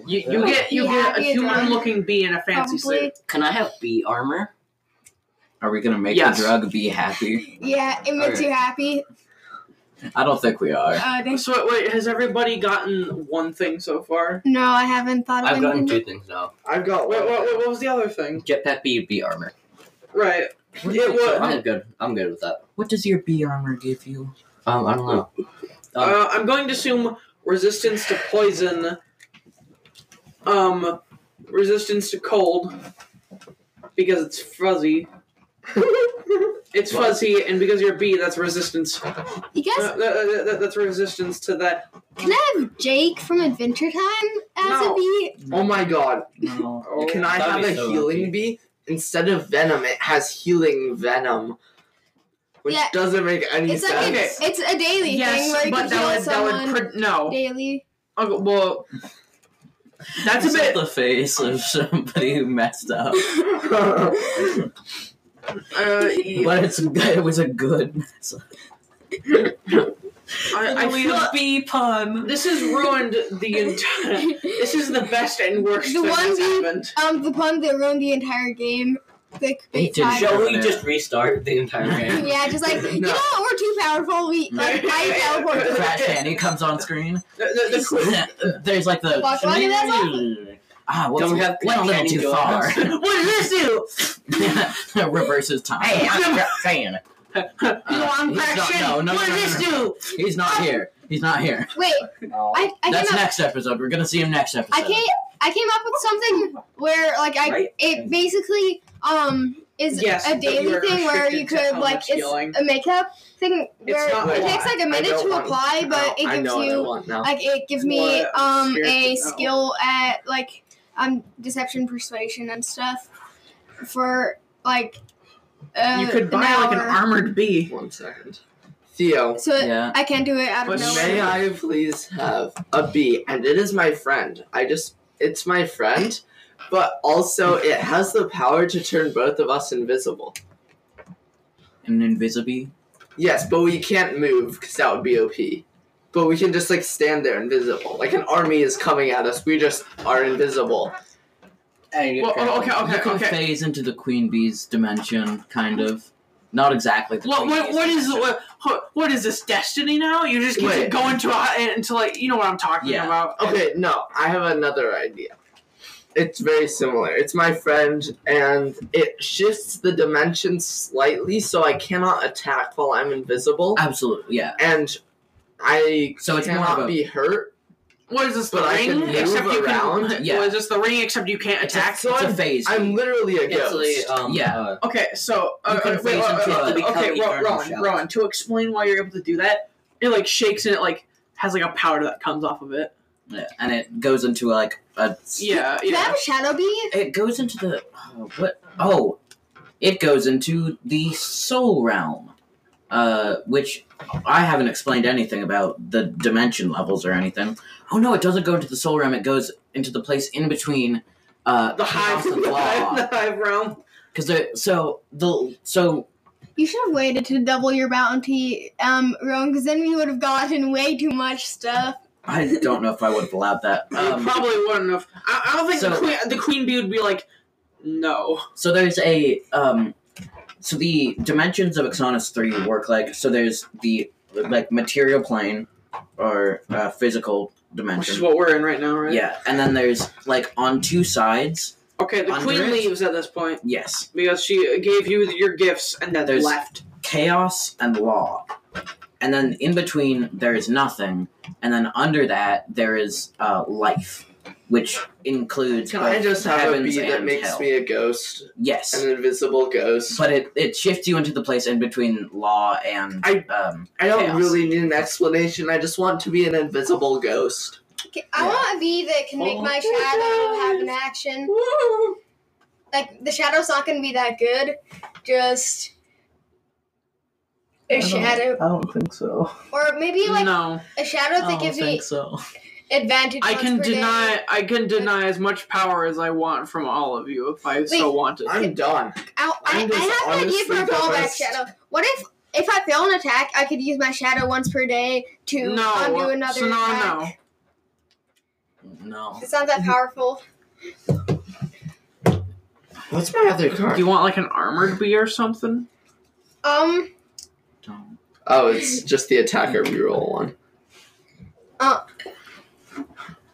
Speaker 3: You, you
Speaker 4: Yeah.
Speaker 3: get you
Speaker 4: Bee
Speaker 3: get a
Speaker 4: happy is
Speaker 3: human-looking bee in a fancy
Speaker 4: Probably.
Speaker 3: suit.
Speaker 2: Can I have bee armor?
Speaker 1: Are we gonna make
Speaker 3: Yes.
Speaker 1: the drug be happy?
Speaker 4: Yeah, it makes
Speaker 2: Okay.
Speaker 4: you happy.
Speaker 1: I don't think we are.
Speaker 4: Uh, thanks.
Speaker 3: So wait, wait, has everybody gotten one thing so far?
Speaker 4: No, I haven't thought of
Speaker 2: I've gotten
Speaker 4: anything.
Speaker 2: two things now.
Speaker 5: I've got
Speaker 3: Wait,
Speaker 5: one.
Speaker 3: what, what, what was the other thing?
Speaker 2: Jetpack bee, bee armor.
Speaker 3: Right. It was.
Speaker 2: I'm good. I'm good with that.
Speaker 1: What does your bee armor give you?
Speaker 2: Um, I don't know. Um,
Speaker 3: Uh, I'm going to assume resistance to poison, um, resistance to cold, because it's fuzzy. It's fuzzy, and because you're a bee, that's resistance. Uh,
Speaker 4: You
Speaker 3: that-
Speaker 4: guys,
Speaker 3: that- that- that's resistance to that.
Speaker 4: can I have Jake from Adventure Time as
Speaker 3: No.
Speaker 4: a bee?
Speaker 5: Oh my god.
Speaker 1: No.
Speaker 3: Oh,
Speaker 5: Can I
Speaker 2: That'd
Speaker 5: have
Speaker 2: be
Speaker 5: a
Speaker 2: so
Speaker 5: healing
Speaker 2: OP.
Speaker 5: bee? Instead of venom, it has healing venom. Which
Speaker 4: Yeah.
Speaker 5: doesn't make any
Speaker 4: It's like
Speaker 5: sense.
Speaker 3: Okay.
Speaker 4: it's, it's a daily thing where
Speaker 3: Yes,
Speaker 4: you
Speaker 3: but
Speaker 4: can
Speaker 3: that
Speaker 4: heal
Speaker 3: would that
Speaker 4: someone
Speaker 3: would pre- no.
Speaker 4: daily.
Speaker 3: Okay, well, that's a
Speaker 1: Is that
Speaker 3: bit.
Speaker 1: the face of somebody who messed up.
Speaker 3: Uh,
Speaker 1: but it's it was a good mess up.
Speaker 3: I, I feel
Speaker 1: bee pun.
Speaker 3: this has ruined the entire. This is the best and worst
Speaker 4: The
Speaker 3: thing
Speaker 4: one
Speaker 3: that's
Speaker 4: you-
Speaker 3: happened.
Speaker 4: um, the pun that ruined the entire game. Like,
Speaker 1: It did
Speaker 4: time.
Speaker 1: show-
Speaker 2: shall we just restart the entire game?
Speaker 4: Yeah, just like you
Speaker 5: No.
Speaker 4: know, what? we're too powerful. We like I teleport.
Speaker 1: Crash Handy comes on screen.
Speaker 3: The- the- the-
Speaker 1: There's like the
Speaker 4: Watch, watch, that's awesome.
Speaker 1: ah, what's
Speaker 2: Don't have
Speaker 1: went a little
Speaker 2: Crash Handy
Speaker 1: too far.
Speaker 2: go
Speaker 3: what does this do?
Speaker 1: Reverses time. saying
Speaker 3: You know, I'm
Speaker 1: he's
Speaker 3: Crash
Speaker 1: not-
Speaker 3: Handy.
Speaker 1: no, no,
Speaker 3: what
Speaker 1: no,
Speaker 3: does
Speaker 1: no,
Speaker 3: this do?
Speaker 1: he's not here. He's not here.
Speaker 4: Wait, I I
Speaker 1: That's
Speaker 4: came up.
Speaker 1: next episode. We're gonna see him next episode.
Speaker 4: I came I came up with something where like I
Speaker 2: Right?
Speaker 4: it basically um is
Speaker 3: Yes,
Speaker 4: a
Speaker 3: but you
Speaker 4: daily
Speaker 3: are
Speaker 4: thing where
Speaker 3: restricted
Speaker 4: you
Speaker 3: to
Speaker 4: could
Speaker 3: how
Speaker 4: like
Speaker 3: much
Speaker 4: it's
Speaker 3: healing.
Speaker 4: a makeup thing where
Speaker 3: not
Speaker 4: it
Speaker 3: a
Speaker 4: takes
Speaker 5: lot.
Speaker 4: like a
Speaker 5: I
Speaker 4: minute
Speaker 5: don't
Speaker 4: to
Speaker 5: want-
Speaker 4: apply, but
Speaker 5: I
Speaker 4: it gives
Speaker 5: know what I
Speaker 4: you
Speaker 5: want now.
Speaker 4: like it gives me
Speaker 3: What?
Speaker 4: um
Speaker 3: Scared
Speaker 4: a
Speaker 3: to know.
Speaker 4: skill at like um deception, persuasion, and stuff for like uh,
Speaker 3: you could buy like an
Speaker 4: hour.
Speaker 3: armored bee.
Speaker 5: One second. Theo,
Speaker 4: So
Speaker 1: Yeah.
Speaker 4: I can't do it out of
Speaker 3: But
Speaker 4: nowhere.
Speaker 5: may I please have a bee? And it is my friend. I just, it's my friend, but also it has the power to turn both of us invisible.
Speaker 1: An invisible.
Speaker 5: Yes, but we can't move because that would be OP. But we can just like stand there invisible. Like an army is coming at us. We just are invisible.
Speaker 2: And you
Speaker 3: Well,
Speaker 2: get
Speaker 3: oh,
Speaker 2: Crash
Speaker 3: okay,
Speaker 2: Handy.
Speaker 1: you
Speaker 3: okay,
Speaker 1: can
Speaker 3: okay.
Speaker 1: phase into the queen bee's dimension, kind of. Not exactly. The
Speaker 3: What,
Speaker 1: queen
Speaker 3: what,
Speaker 1: bee's
Speaker 3: what is
Speaker 1: dimension.
Speaker 3: what, what- what is this destiny now? You just get to
Speaker 5: Wait.
Speaker 3: go into a, into like you know what I'm talking
Speaker 1: Yeah.
Speaker 3: about.
Speaker 5: Okay, no, I have another idea. It's very similar. It's my friend, and it shifts the dimension slightly so I cannot attack while I'm invisible.
Speaker 1: Absolutely, yeah.
Speaker 5: And I
Speaker 1: Uh, So it's more
Speaker 5: cannot
Speaker 1: of a-
Speaker 5: be hurt.
Speaker 3: What is this? The
Speaker 5: But I can
Speaker 3: ring?
Speaker 5: move
Speaker 3: Except you can.
Speaker 5: around.
Speaker 1: Yeah.
Speaker 3: What is this? The ring? Except you can't
Speaker 1: It's a-
Speaker 3: attack.
Speaker 1: It's a, phase.
Speaker 5: I'm literally a ghost.
Speaker 2: It's a, um,
Speaker 1: Yeah.
Speaker 2: uh,
Speaker 3: Okay, so uh,
Speaker 1: You can
Speaker 3: uh, wait,
Speaker 1: phase
Speaker 3: uh,
Speaker 1: into
Speaker 3: uh,
Speaker 1: it to
Speaker 2: become
Speaker 3: okay, Ro-
Speaker 2: eternal
Speaker 3: Rowan,
Speaker 2: shadows.
Speaker 3: Rowan, to explain why you're able to do that, it like shakes and it like has like a powder that comes off of it.
Speaker 1: Yeah, and it goes into like a.
Speaker 3: Yeah,
Speaker 4: Can I
Speaker 3: yeah.
Speaker 4: have a shadow bee?
Speaker 1: It goes into the oh, what? Oh, it goes into the soul realm, uh, which I haven't explained anything about the dimension levels or anything. Oh no, it doesn't go into the soul realm. It goes into the place in between. Uh,
Speaker 3: The hive,
Speaker 1: House of
Speaker 3: the
Speaker 1: Law.
Speaker 3: hive, the hive realm.
Speaker 1: Because so the so
Speaker 4: You should have waited to double your bounty, um, Rowan, because then we would have gotten way too much stuff.
Speaker 1: I don't know if I would have allowed that.
Speaker 3: you
Speaker 1: Um,
Speaker 3: probably wouldn't have. I, I don't think the
Speaker 1: so-
Speaker 3: queen, the queen bee would be like, no.
Speaker 1: so there's a um, so the dimensions of Exonus three work like so. There's the like material plane or uh, physical
Speaker 3: Which is
Speaker 1: dimension.
Speaker 3: what we're in right now, right?
Speaker 1: Yeah, and then there's like on two sides.
Speaker 3: Okay, the
Speaker 1: Under
Speaker 3: queen
Speaker 1: it?
Speaker 3: leaves at this point
Speaker 1: Yes,
Speaker 3: because she gave you your gifts and then
Speaker 1: There's-
Speaker 3: left.
Speaker 1: chaos and law. and then in between there is nothing, and then under that there is uh, life, which includes
Speaker 5: Can I
Speaker 1: both
Speaker 5: just have a
Speaker 1: heavens
Speaker 5: bee that
Speaker 1: and
Speaker 5: makes
Speaker 1: hell.
Speaker 5: me a ghost,
Speaker 1: yes.
Speaker 5: an invisible ghost?
Speaker 1: But it, it shifts you into the place in between law and
Speaker 5: I-
Speaker 1: um
Speaker 5: I don't
Speaker 1: chaos.
Speaker 5: really need an explanation. I just want to be an invisible ghost.
Speaker 4: Okay, I
Speaker 1: Yeah.
Speaker 4: want a bee that can make
Speaker 5: Oh
Speaker 4: my
Speaker 5: my
Speaker 4: shadow have
Speaker 5: God.
Speaker 4: an action. Like the shadow's not gonna be that good. Just a shadow,
Speaker 5: I don't think so.
Speaker 4: or maybe like
Speaker 3: no,
Speaker 4: a shadow that gives me
Speaker 5: so.
Speaker 4: advantage.
Speaker 3: I
Speaker 4: once
Speaker 3: can
Speaker 4: per day.
Speaker 3: deny. I can deny as much power as I want from all of you if I so wanted.
Speaker 5: I'm done.
Speaker 4: Ow, I, I
Speaker 5: I'm just
Speaker 4: have an idea for a
Speaker 5: honestly
Speaker 4: fallback
Speaker 5: depressed.
Speaker 4: shadow. What if if I fail an attack, I could use my shadow once per day to
Speaker 3: no,
Speaker 4: undo another
Speaker 3: so no,
Speaker 4: attack.
Speaker 3: no.
Speaker 1: no.
Speaker 4: It's not that powerful.
Speaker 5: What's my other
Speaker 3: Do
Speaker 5: card?
Speaker 3: you want like an armored bee or something?
Speaker 4: Um,
Speaker 1: Don't.
Speaker 5: Oh, it's just the attacker reroll one.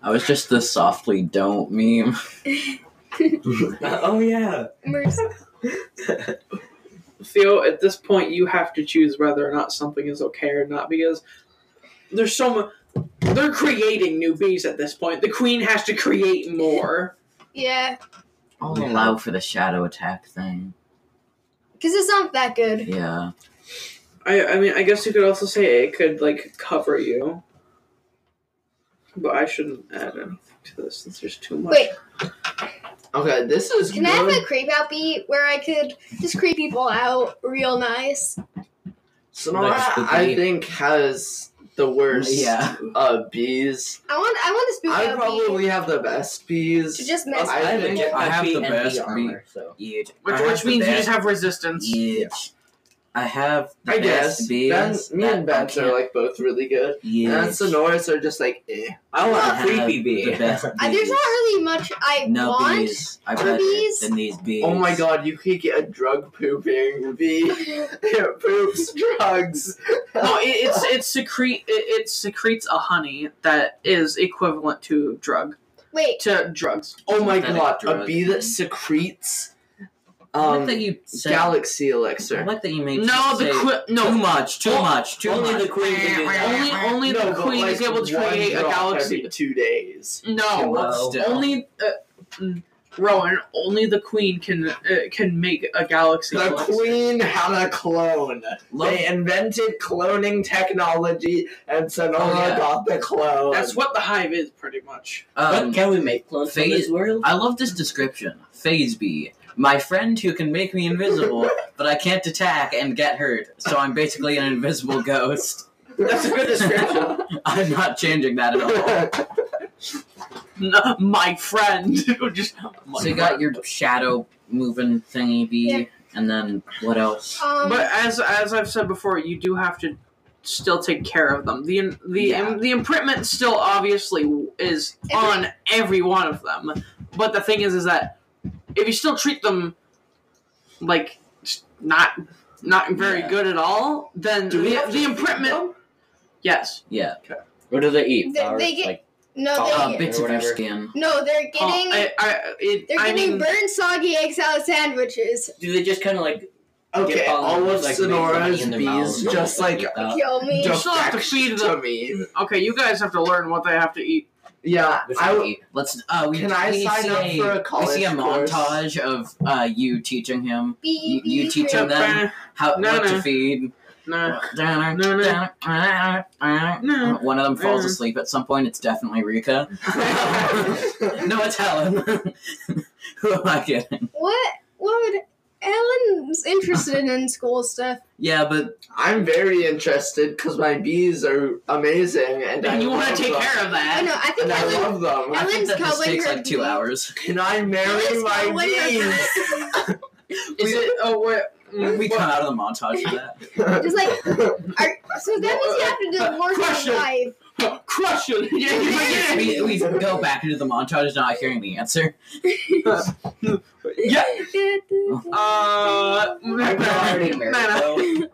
Speaker 1: I was just the softly don't meme.
Speaker 2: oh yeah.
Speaker 4: Mercy.
Speaker 3: Theo, at this point, you have to choose whether or not something is okay or not because there's so much. They're creating new bees at this point. The queen has to create more.
Speaker 4: yeah,
Speaker 5: Oh,
Speaker 1: I'll allow for the shadow attack thing.
Speaker 4: because it's not that good.
Speaker 1: Yeah.
Speaker 3: I, I mean, I guess you could also say it could like cover you, but I shouldn't add anything to this since there's too much.
Speaker 4: Wait,
Speaker 5: Okay, this is
Speaker 4: can I have
Speaker 5: good.
Speaker 4: a creep out beat where I could just creep people out real nice?
Speaker 5: Sonora,
Speaker 1: That's the
Speaker 5: I
Speaker 1: bee.
Speaker 5: think, has the worst
Speaker 1: Yeah.
Speaker 5: uh, bees.
Speaker 4: I want I want a spook
Speaker 5: I
Speaker 4: out bee.
Speaker 5: probably have the best bees.
Speaker 4: To just mess
Speaker 5: I
Speaker 4: with
Speaker 5: think
Speaker 4: people.
Speaker 1: I have
Speaker 2: beat
Speaker 1: the
Speaker 2: and
Speaker 1: best
Speaker 2: beat armor, so.
Speaker 1: Huge.
Speaker 3: Which,
Speaker 1: I have
Speaker 3: which
Speaker 1: the
Speaker 3: means you just
Speaker 1: best
Speaker 3: have resistance.
Speaker 1: Huge. I have the
Speaker 5: I
Speaker 1: best
Speaker 5: guess.
Speaker 1: bees
Speaker 5: Ben, me
Speaker 1: that
Speaker 5: and
Speaker 1: I
Speaker 5: Ben's are
Speaker 1: can't-
Speaker 5: like both really good. And
Speaker 1: Huge.
Speaker 5: Sonoras are just like eh.
Speaker 2: I
Speaker 1: I
Speaker 2: want a
Speaker 1: have
Speaker 2: creepy bee.
Speaker 1: The best
Speaker 4: I- there's
Speaker 1: bees.
Speaker 4: not really much I
Speaker 1: no
Speaker 4: want.
Speaker 1: bees. I
Speaker 4: for
Speaker 1: better
Speaker 4: bees.
Speaker 1: than these bees.
Speaker 5: Oh my god, you could get a drug pooping bee. it poops drugs.
Speaker 3: No, it, it's it secrete it, it secretes a honey that is equivalent to drug
Speaker 4: Wait,
Speaker 3: to drugs.
Speaker 5: Oh my
Speaker 1: Synthetic
Speaker 5: god, a
Speaker 1: drug.
Speaker 5: bee that secretes
Speaker 1: I
Speaker 5: um
Speaker 1: like that you said.
Speaker 5: galaxy
Speaker 1: I
Speaker 5: elixir.
Speaker 1: like that you made.
Speaker 3: No,
Speaker 1: say
Speaker 3: the qui- no
Speaker 1: Too much. Too
Speaker 3: Well,
Speaker 1: much. Too
Speaker 2: Only
Speaker 1: much.
Speaker 2: the queen can do that.
Speaker 3: Only, only
Speaker 5: No,
Speaker 3: the
Speaker 5: but
Speaker 3: queen
Speaker 5: like
Speaker 3: is able to
Speaker 5: one
Speaker 3: create a
Speaker 5: drop
Speaker 3: galaxy.
Speaker 5: every two days.
Speaker 1: Too much
Speaker 3: No,
Speaker 2: well,
Speaker 1: still.
Speaker 3: only uh, mm, Rowan. Only the queen can uh, can make a galaxy.
Speaker 5: The
Speaker 3: elixir.
Speaker 5: queen had a clone.
Speaker 1: Love-
Speaker 5: They invented cloning technology, and Sonora
Speaker 1: Oh, yeah.
Speaker 5: got the clone.
Speaker 3: That's what the hive is, pretty much.
Speaker 1: um,
Speaker 2: but can we make clones from
Speaker 1: phase-
Speaker 2: this world?
Speaker 1: I love this description. Phase B. My friend who can make me invisible, but I can't attack and get hurt, so I'm basically an invisible ghost.
Speaker 5: That's a good description.
Speaker 1: I'm not changing that at all.
Speaker 3: No, my friend, just
Speaker 5: Oh
Speaker 3: my
Speaker 1: So you
Speaker 3: friend.
Speaker 1: got your shadow moving thingy bee,
Speaker 4: Yeah.
Speaker 1: and then what else?
Speaker 4: um,
Speaker 3: But as as I've said before, you do have to still take care of them. The im- the
Speaker 1: Yeah.
Speaker 3: im- the imprintment still obviously is on every one of them. But the thing is, is that if you still treat them like s- not not very
Speaker 1: Yeah.
Speaker 3: good at all, then
Speaker 5: Do we
Speaker 3: the,
Speaker 5: have
Speaker 3: the
Speaker 5: to feed
Speaker 3: imprintment.
Speaker 5: them?
Speaker 3: Yes,
Speaker 1: Yeah,
Speaker 2: What do they
Speaker 4: They-
Speaker 2: eat?
Speaker 4: they
Speaker 2: Flowers?
Speaker 4: get-
Speaker 2: like,
Speaker 4: no, they,
Speaker 1: uh,
Speaker 2: Yeah.
Speaker 1: bits of your
Speaker 2: Whatever.
Speaker 1: skin.
Speaker 4: no,
Speaker 5: uh,
Speaker 4: they're
Speaker 3: Oh,
Speaker 4: getting
Speaker 3: I, I, it,
Speaker 4: they're
Speaker 3: I
Speaker 4: getting
Speaker 3: mean,
Speaker 4: burned soggy egg salad sandwiches.
Speaker 2: do they just kind of like?
Speaker 5: Okay,
Speaker 2: Get all
Speaker 5: all
Speaker 2: the-
Speaker 5: of
Speaker 2: like,
Speaker 5: Sonora's
Speaker 2: maybe in their
Speaker 5: bees
Speaker 2: mouths.
Speaker 5: just like
Speaker 2: Uh,
Speaker 4: Kill me.
Speaker 3: You still have to
Speaker 5: defect
Speaker 3: feed
Speaker 5: to me.
Speaker 3: okay, you guys have to learn what they have to eat.
Speaker 5: Yeah,
Speaker 1: Which
Speaker 5: I,
Speaker 1: we- let's. Uh, we
Speaker 5: Can I
Speaker 1: we
Speaker 5: sign
Speaker 1: see
Speaker 5: up
Speaker 1: a,
Speaker 5: for a college
Speaker 1: We see a
Speaker 5: course?
Speaker 1: montage of uh, you teaching him
Speaker 4: Bee,
Speaker 1: you- you
Speaker 4: bee,
Speaker 1: teach
Speaker 4: bee.
Speaker 1: them that? how
Speaker 3: No,
Speaker 1: what
Speaker 3: no.
Speaker 1: to feed.
Speaker 3: Nah, no.
Speaker 1: One of them falls asleep at some point. It's definitely Rika. No, it's Helen. Who am I kidding?
Speaker 4: What? What would Ellen's interested in school stuff?
Speaker 1: Yeah, but
Speaker 5: I'm very interested because my bees are amazing, and I
Speaker 3: And you want
Speaker 5: love
Speaker 3: to take
Speaker 5: them.
Speaker 3: care of
Speaker 4: Oh
Speaker 3: that.
Speaker 4: no, I think
Speaker 5: And I
Speaker 4: Ellen.
Speaker 5: love them.
Speaker 1: I think
Speaker 4: Ellen's
Speaker 1: that this
Speaker 4: covering
Speaker 1: takes
Speaker 4: her
Speaker 1: like two
Speaker 4: teeth.
Speaker 1: hours.
Speaker 5: Can I marry
Speaker 4: Ellen's
Speaker 5: my
Speaker 4: covering her
Speaker 5: bees?
Speaker 3: Is it? Oh, wait. mm,
Speaker 1: We
Speaker 3: what-
Speaker 1: come out of the montage for that.
Speaker 4: Just like, are, so that means you have to
Speaker 5: Uh,
Speaker 4: divorce
Speaker 3: Question.
Speaker 4: your wife.
Speaker 3: Crush it!
Speaker 1: we,
Speaker 3: Yeah,
Speaker 1: we go back into the montage, not hearing the answer.
Speaker 3: Uh, yeah, yeah. Uh,
Speaker 5: I'm already married,
Speaker 3: Nana,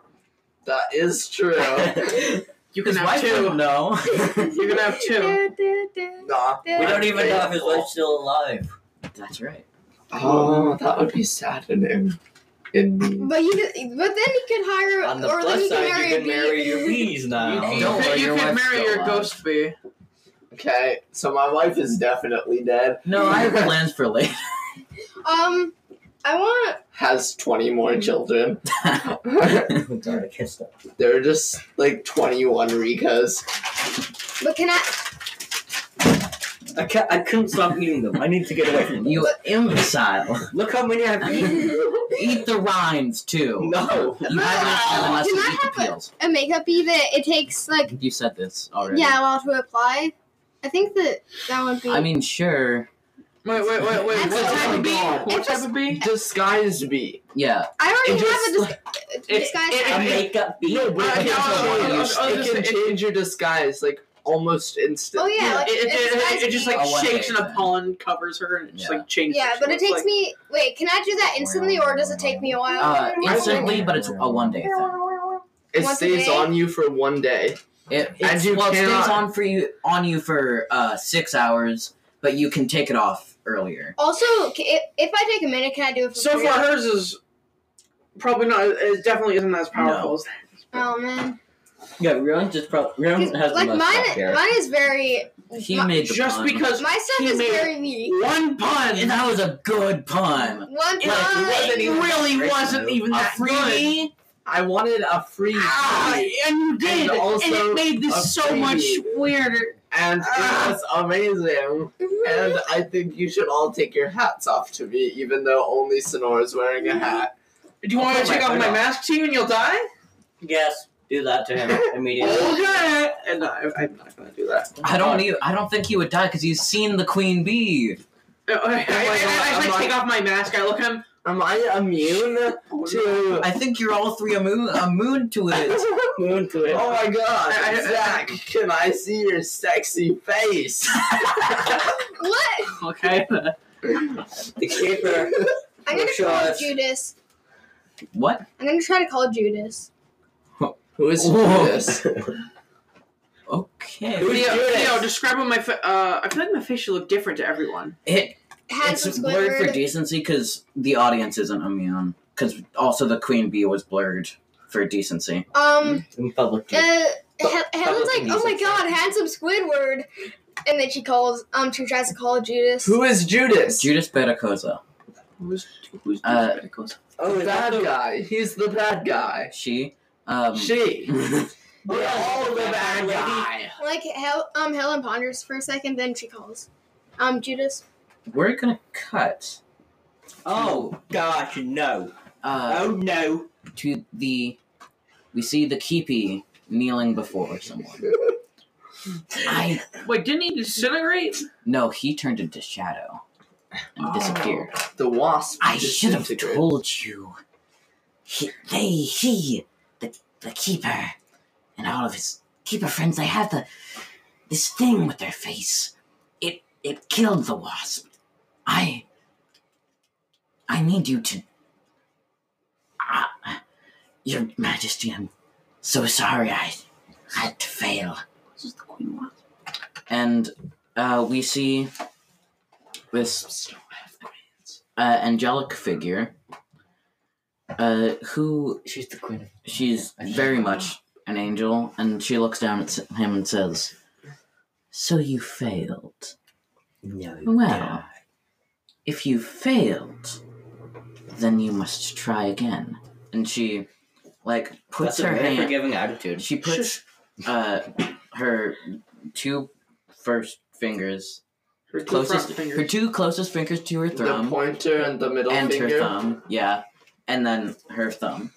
Speaker 5: that is true.
Speaker 3: you can
Speaker 1: His
Speaker 3: have
Speaker 1: wife
Speaker 3: two.
Speaker 1: wouldn't know.
Speaker 3: You can have two.
Speaker 5: nah,
Speaker 2: We
Speaker 4: We
Speaker 2: don't even know if his
Speaker 5: faithful.
Speaker 2: wife's still alive.
Speaker 1: That's right.
Speaker 5: Oh, that would be saddening. It,
Speaker 4: But you, could, but then you could hire,
Speaker 2: On the
Speaker 4: or then
Speaker 2: plus
Speaker 4: you
Speaker 2: side,
Speaker 4: can
Speaker 2: you
Speaker 4: marry a
Speaker 2: can
Speaker 4: bee.
Speaker 2: marry your bees now.
Speaker 1: Oh,
Speaker 3: you
Speaker 1: don't
Speaker 3: could,
Speaker 1: worry,
Speaker 3: you
Speaker 1: your
Speaker 3: could
Speaker 1: wife's
Speaker 3: marry
Speaker 1: still
Speaker 3: your
Speaker 1: alive.
Speaker 3: ghost bee.
Speaker 5: okay, so my wife is definitely dead.
Speaker 1: No, I have plans for later.
Speaker 4: Um, I want.
Speaker 5: Has twenty more children.
Speaker 2: Sorry, I kissed them.
Speaker 5: They're just like twenty-one Ricos.
Speaker 4: But can I?
Speaker 2: I, ca- I couldn't stop eating them. I need to get away from them.
Speaker 1: you imbecile.
Speaker 2: Look how many I've eaten.
Speaker 1: Eat the rinds too.
Speaker 2: No.
Speaker 1: You haven't had unless
Speaker 4: Can
Speaker 1: you
Speaker 4: I
Speaker 1: eat the
Speaker 4: have a-
Speaker 1: peels.
Speaker 4: A makeup bee that it takes like
Speaker 1: You said this already.
Speaker 4: yeah, well to apply. I think that that would be.
Speaker 1: I mean, sure.
Speaker 3: Wait, wait, wait, wait.
Speaker 4: And
Speaker 3: What
Speaker 4: so-
Speaker 3: type of bee?
Speaker 5: Oh God.
Speaker 3: What
Speaker 4: It's
Speaker 3: type
Speaker 4: just-
Speaker 3: of bee?
Speaker 5: Disguised bee.
Speaker 1: Yeah.
Speaker 4: I
Speaker 5: It
Speaker 4: already
Speaker 5: just-
Speaker 4: have a dis-
Speaker 3: it-
Speaker 4: disguise.
Speaker 3: it-
Speaker 2: A
Speaker 4: app.
Speaker 2: makeup bee.
Speaker 5: No, but
Speaker 3: Uh,
Speaker 5: it
Speaker 3: yeah,
Speaker 5: can
Speaker 3: I
Speaker 5: change.
Speaker 3: was- I was
Speaker 5: it
Speaker 3: gonna
Speaker 5: can
Speaker 3: say-
Speaker 5: change your disguise like almost
Speaker 4: oh
Speaker 5: instantly.
Speaker 4: yeah,
Speaker 3: It,
Speaker 4: like
Speaker 3: it,
Speaker 4: a
Speaker 3: it,
Speaker 4: disguise
Speaker 3: it just
Speaker 4: bee.
Speaker 3: like
Speaker 1: A one-day
Speaker 3: shakes and a
Speaker 1: thing.
Speaker 3: pollen covers her and it just
Speaker 1: Yeah.
Speaker 3: like changes.
Speaker 4: yeah, but
Speaker 3: So
Speaker 4: it
Speaker 3: it's
Speaker 4: takes
Speaker 3: like-
Speaker 4: me. Wait, can I do that instantly, or does it take me a while?
Speaker 1: Uh, instantly, but it's a one day thing.
Speaker 5: It
Speaker 4: Once a
Speaker 5: stays
Speaker 4: day?
Speaker 5: on you for one day.
Speaker 1: It,
Speaker 5: And
Speaker 1: it's,
Speaker 5: you
Speaker 1: well, it
Speaker 5: cannot-
Speaker 1: stays on for you on you for uh, six hours, but you can take it off earlier.
Speaker 4: Also, ca- if, if I take a minute, can I do it for
Speaker 3: So
Speaker 4: free?
Speaker 3: far, hers is probably not. It definitely isn't as powerful as that.
Speaker 4: Oh man,
Speaker 2: Yeah, Rion just probably Rion
Speaker 4: 'Cause, like mine, mine is very.
Speaker 1: He
Speaker 4: my,
Speaker 1: made the
Speaker 3: Just
Speaker 1: pun.
Speaker 3: because
Speaker 4: my stuff
Speaker 3: he
Speaker 4: is
Speaker 3: made
Speaker 4: very neat.
Speaker 3: one pun.
Speaker 1: And that was a good pun.
Speaker 4: One
Speaker 1: It
Speaker 4: time.
Speaker 1: wasn't
Speaker 3: It
Speaker 1: even-
Speaker 3: really wasn't even
Speaker 1: A
Speaker 3: that
Speaker 1: free
Speaker 3: good.
Speaker 1: me?
Speaker 5: I wanted a free
Speaker 3: Ah, and
Speaker 5: bee,
Speaker 3: you did, and,
Speaker 5: also
Speaker 3: it made
Speaker 5: a
Speaker 3: this so
Speaker 5: free-
Speaker 3: much weirder.
Speaker 5: and
Speaker 3: Ah.
Speaker 5: it was amazing. And uh, I think you should all take your hats off to me, even though only Sonora's wearing a hat.
Speaker 3: Do you want me to take off my mask to you and you'll die?
Speaker 2: Yes, do that to him immediately.
Speaker 3: Okay. And I, I'm not gonna do that.
Speaker 1: I don't need. I don't think he would die because he's seen the queen bee.
Speaker 3: I, Oh, I, I,
Speaker 5: I'm
Speaker 3: I, I
Speaker 5: not-
Speaker 3: take off my mask. I look at him.
Speaker 5: Am I immune to?
Speaker 1: I think you're all three immune, immune to it.
Speaker 2: Moon to
Speaker 5: Oh my god,
Speaker 3: I- I-
Speaker 5: Zach! Can I see your sexy face?
Speaker 4: What?
Speaker 3: Okay.
Speaker 2: The keeper.
Speaker 4: I'm gonna
Speaker 2: Sure.
Speaker 4: call Judas.
Speaker 1: What?
Speaker 4: I'm gonna try to call Judas.
Speaker 5: Who is
Speaker 1: Whoa.
Speaker 5: Judas?
Speaker 1: Okay.
Speaker 5: Who's
Speaker 3: Theo,
Speaker 5: Judas?
Speaker 3: Theo, describe what my. Fa- uh, I feel like my face should look different to everyone.
Speaker 1: It,
Speaker 4: Had
Speaker 1: it's
Speaker 4: some
Speaker 1: blurred for
Speaker 4: squidward.
Speaker 1: decency because the audience isn't immune. Because also the queen bee was blurred for decency.
Speaker 4: Um.
Speaker 2: In public.
Speaker 4: Uh. Hel- Helen's like, oh my god, handsome Squidward, and then she calls. Um, she tries to call Judas.
Speaker 5: Who is Judas?
Speaker 1: Judas Betacosa.
Speaker 3: Who's who's
Speaker 1: Uh,
Speaker 5: The
Speaker 2: Oh, is that
Speaker 5: bad
Speaker 2: the-
Speaker 5: guy. He's the bad guy.
Speaker 1: She. Um,
Speaker 5: She. We're all the bad
Speaker 2: Lady.
Speaker 5: guy.
Speaker 4: Like Hel- um Helen ponders for a second, then she calls. Um, Judas.
Speaker 1: We're gonna cut.
Speaker 2: Oh gosh, no.
Speaker 1: Uh,
Speaker 2: Oh no.
Speaker 1: to the. We see the keepy kneeling before someone. I
Speaker 3: Wait, didn't he disintegrate?
Speaker 1: no. He turned into shadow and
Speaker 2: Oh,
Speaker 1: disappeared.
Speaker 5: The wasp.
Speaker 1: I should have
Speaker 5: disintegrated.
Speaker 1: told you. He, they, he, the, the keeper, and all of his keeper friends, they have the this thing with their face. It it killed the wasp. I I need you to. Ah, Your Majesty, I'm so sorry. I had to fail.
Speaker 3: This is the queen one.
Speaker 1: And uh, we see this
Speaker 3: Still have queens.
Speaker 1: uh, angelic figure uh, who
Speaker 2: She's the queen.
Speaker 1: she's very much an angel and she looks down at s- him and says so you failed
Speaker 2: No.
Speaker 1: well if you failed then you must try again and she like puts
Speaker 2: That's a
Speaker 1: her
Speaker 2: very
Speaker 1: hand
Speaker 2: forgiving attitude.
Speaker 1: she puts uh, her two first fingers
Speaker 3: Her two
Speaker 1: closest
Speaker 3: front fingers.
Speaker 1: her two closest fingers to her thumb
Speaker 5: The pointer and the middle
Speaker 1: and
Speaker 5: finger.
Speaker 1: her thumb, yeah, and then her thumb,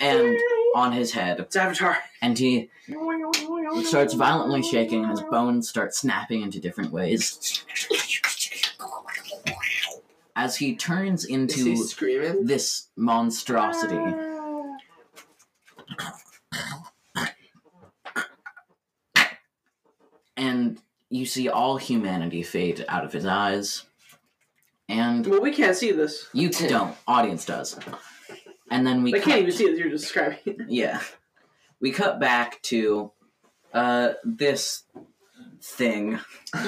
Speaker 1: and on his head,
Speaker 3: It's Avatar.
Speaker 1: and he starts violently shaking, and his bones start snapping into different ways. As he turns
Speaker 5: Is he
Speaker 1: into
Speaker 5: screaming?
Speaker 1: this monstrosity, and you see all humanity fade out of his eyes, and
Speaker 3: Well, we can't see this.
Speaker 1: you don't. Audience does, and then we
Speaker 3: They
Speaker 1: cut.
Speaker 3: can't even see it. You're describing. it.
Speaker 1: Yeah. We cut back to uh this thing.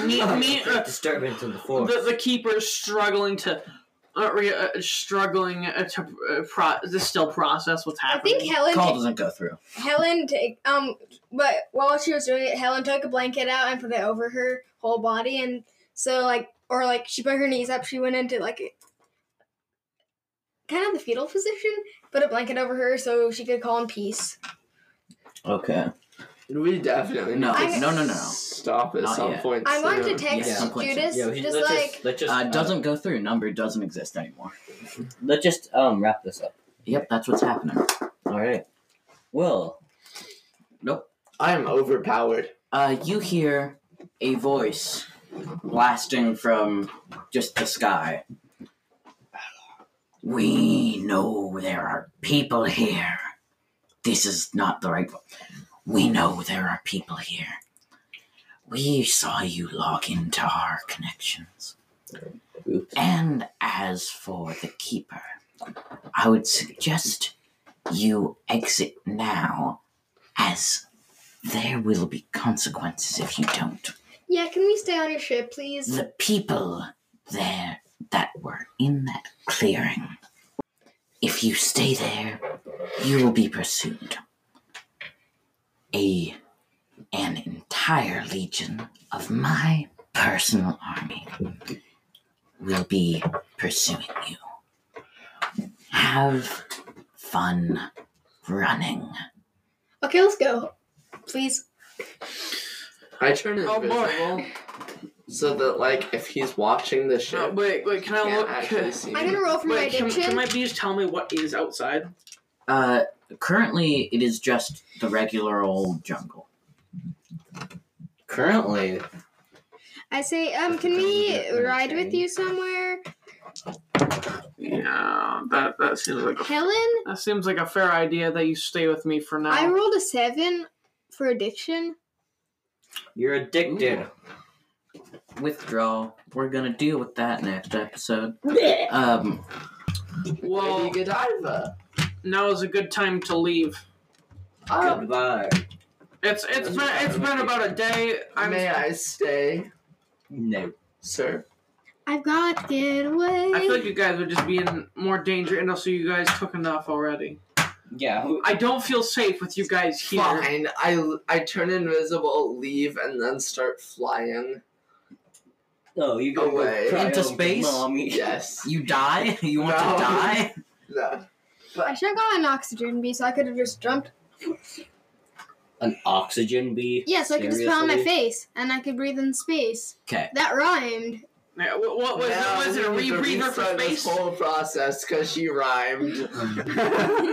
Speaker 3: me, uh, me, uh,
Speaker 2: disturbance in the force.
Speaker 3: the, the keeper struggling to uh, re- uh, struggling uh, to uh, pro- to still process what's
Speaker 4: I
Speaker 3: happening.
Speaker 4: think Helen
Speaker 1: Call doesn't go through.
Speaker 4: Helen take um but while she was doing it, Helen took a blanket out and put it over her whole body and so like or like she put her knees up, she went into like a- kind of the fetal position, put a blanket over her so she could call in peace.
Speaker 1: Okay.
Speaker 5: We definitely
Speaker 1: No,
Speaker 5: need to
Speaker 4: I'm-
Speaker 1: no, no, no, no.
Speaker 5: Stop at
Speaker 1: Not
Speaker 5: some
Speaker 1: yet.
Speaker 5: point.
Speaker 4: I wanted to
Speaker 5: soon.
Speaker 4: text
Speaker 1: Yeah, some point soon.
Speaker 4: Judas
Speaker 2: Yeah, we should,
Speaker 4: just
Speaker 2: let's
Speaker 4: like
Speaker 2: just, let's just
Speaker 1: Uh, doesn't go through. Number doesn't exist anymore.
Speaker 2: let's just um wrap this up.
Speaker 1: Yep, that's what's happening.
Speaker 2: All right. Well,
Speaker 5: I am overpowered.
Speaker 1: Uh, you hear a voice blasting from just the sky. We know there are people here. This is not the right. vo- We know there are people here. We saw you log into our connections.
Speaker 2: oops.
Speaker 1: And as for the keeper, I would suggest you exit now, as there will be consequences if you don't.
Speaker 4: Yeah, can we stay on your ship, please?
Speaker 1: The people there that were in that clearing, if you stay there, you will be pursued. A an entire legion of my personal army will be pursuing you. Have fun running.
Speaker 4: Okay, let's go. Please.
Speaker 5: I turn
Speaker 3: Oh, boy.
Speaker 5: invisible so that like if he's watching the
Speaker 3: Uh,
Speaker 5: ship,
Speaker 3: wait, wait, can
Speaker 5: he
Speaker 3: I
Speaker 5: can't
Speaker 3: look?
Speaker 5: actually see.
Speaker 4: I'm
Speaker 5: him.
Speaker 4: gonna roll for my
Speaker 3: wait, can,
Speaker 4: addiction.
Speaker 3: can my bees tell me what is outside?
Speaker 1: Uh, currently, it is just the regular old jungle.
Speaker 2: currently,
Speaker 4: I say, um, can we ride with you somewhere?
Speaker 3: Yeah, that that seems like a,
Speaker 4: Helen,
Speaker 3: that seems like a fair idea that you stay with me for now.
Speaker 4: I rolled a seven for addiction.
Speaker 2: you're addicted.
Speaker 1: withdrawal. We're gonna deal with that next episode. Um,
Speaker 3: well,
Speaker 5: Lady Godiva.
Speaker 3: now is a good time to leave.
Speaker 4: Oh.
Speaker 5: Um,
Speaker 2: Goodbye.
Speaker 3: It's it's been it's been about a day. I'm
Speaker 5: may I stay,
Speaker 2: No.
Speaker 5: sir?
Speaker 4: I've got to get away.
Speaker 3: I feel like you guys would just be in more danger, and also you guys took enough already.
Speaker 2: Yeah. who-
Speaker 3: I don't feel safe with you guys here.
Speaker 5: Fine. I I turn invisible, leave, and then start flying.
Speaker 2: No, Oh, you go
Speaker 5: Away.
Speaker 2: cry
Speaker 1: Into
Speaker 2: on
Speaker 1: space?
Speaker 2: Mommy.
Speaker 5: Yes.
Speaker 1: you die? You want
Speaker 5: No.
Speaker 1: to die?
Speaker 5: No.
Speaker 4: I should have got an oxygen bee, so I could have just jumped.
Speaker 2: An oxygen bee.
Speaker 4: Yeah, so I could just put it on my
Speaker 2: Seriously?
Speaker 4: face, and I could breathe in space.
Speaker 1: 'Kay.
Speaker 4: That rhymed.
Speaker 3: Yeah, what, what was
Speaker 5: Now
Speaker 3: it? Was it a
Speaker 5: we need to
Speaker 3: rebreather for
Speaker 5: restart
Speaker 3: space?
Speaker 5: This whole process because she rhymed.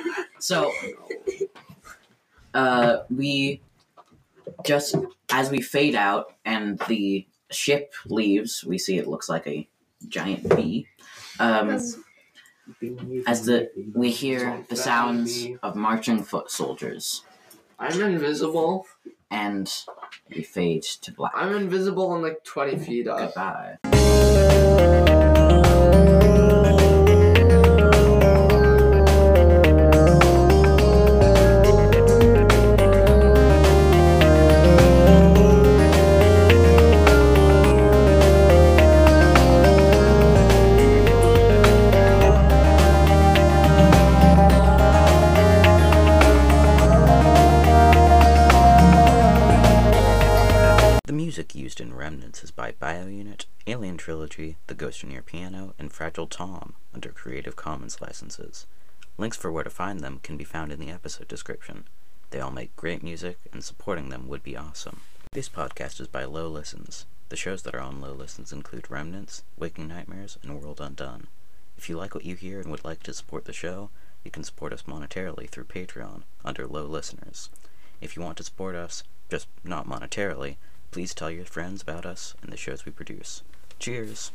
Speaker 1: So, uh, we just as we fade out and the ship leaves, we see it looks like a giant bee. Um,
Speaker 4: 'Cause-
Speaker 2: Um,
Speaker 1: as the we hear the sounds of marching foot soldiers,
Speaker 5: I'm invisible.
Speaker 1: and we fade to black.
Speaker 5: I'm invisible in uh, like 20 feet up.
Speaker 1: Goodbye.
Speaker 7: The music used in Remnants is by BioUnit, Alien Trilogy, The Ghost in Your Piano, and Fragile Tom under Creative Commons licenses. Links for where to find them can be found in the episode description. They all make great music, and supporting them would be awesome. This podcast is by Low Listens. The shows that are on Low Listens include Remnants, Waking Nightmares, and World Undone. If you like what you hear and would like to support the show, you can support us monetarily through Patreon under Low Listeners. If you want to support us, just not monetarily, please tell your friends about us and the shows we produce. Cheers!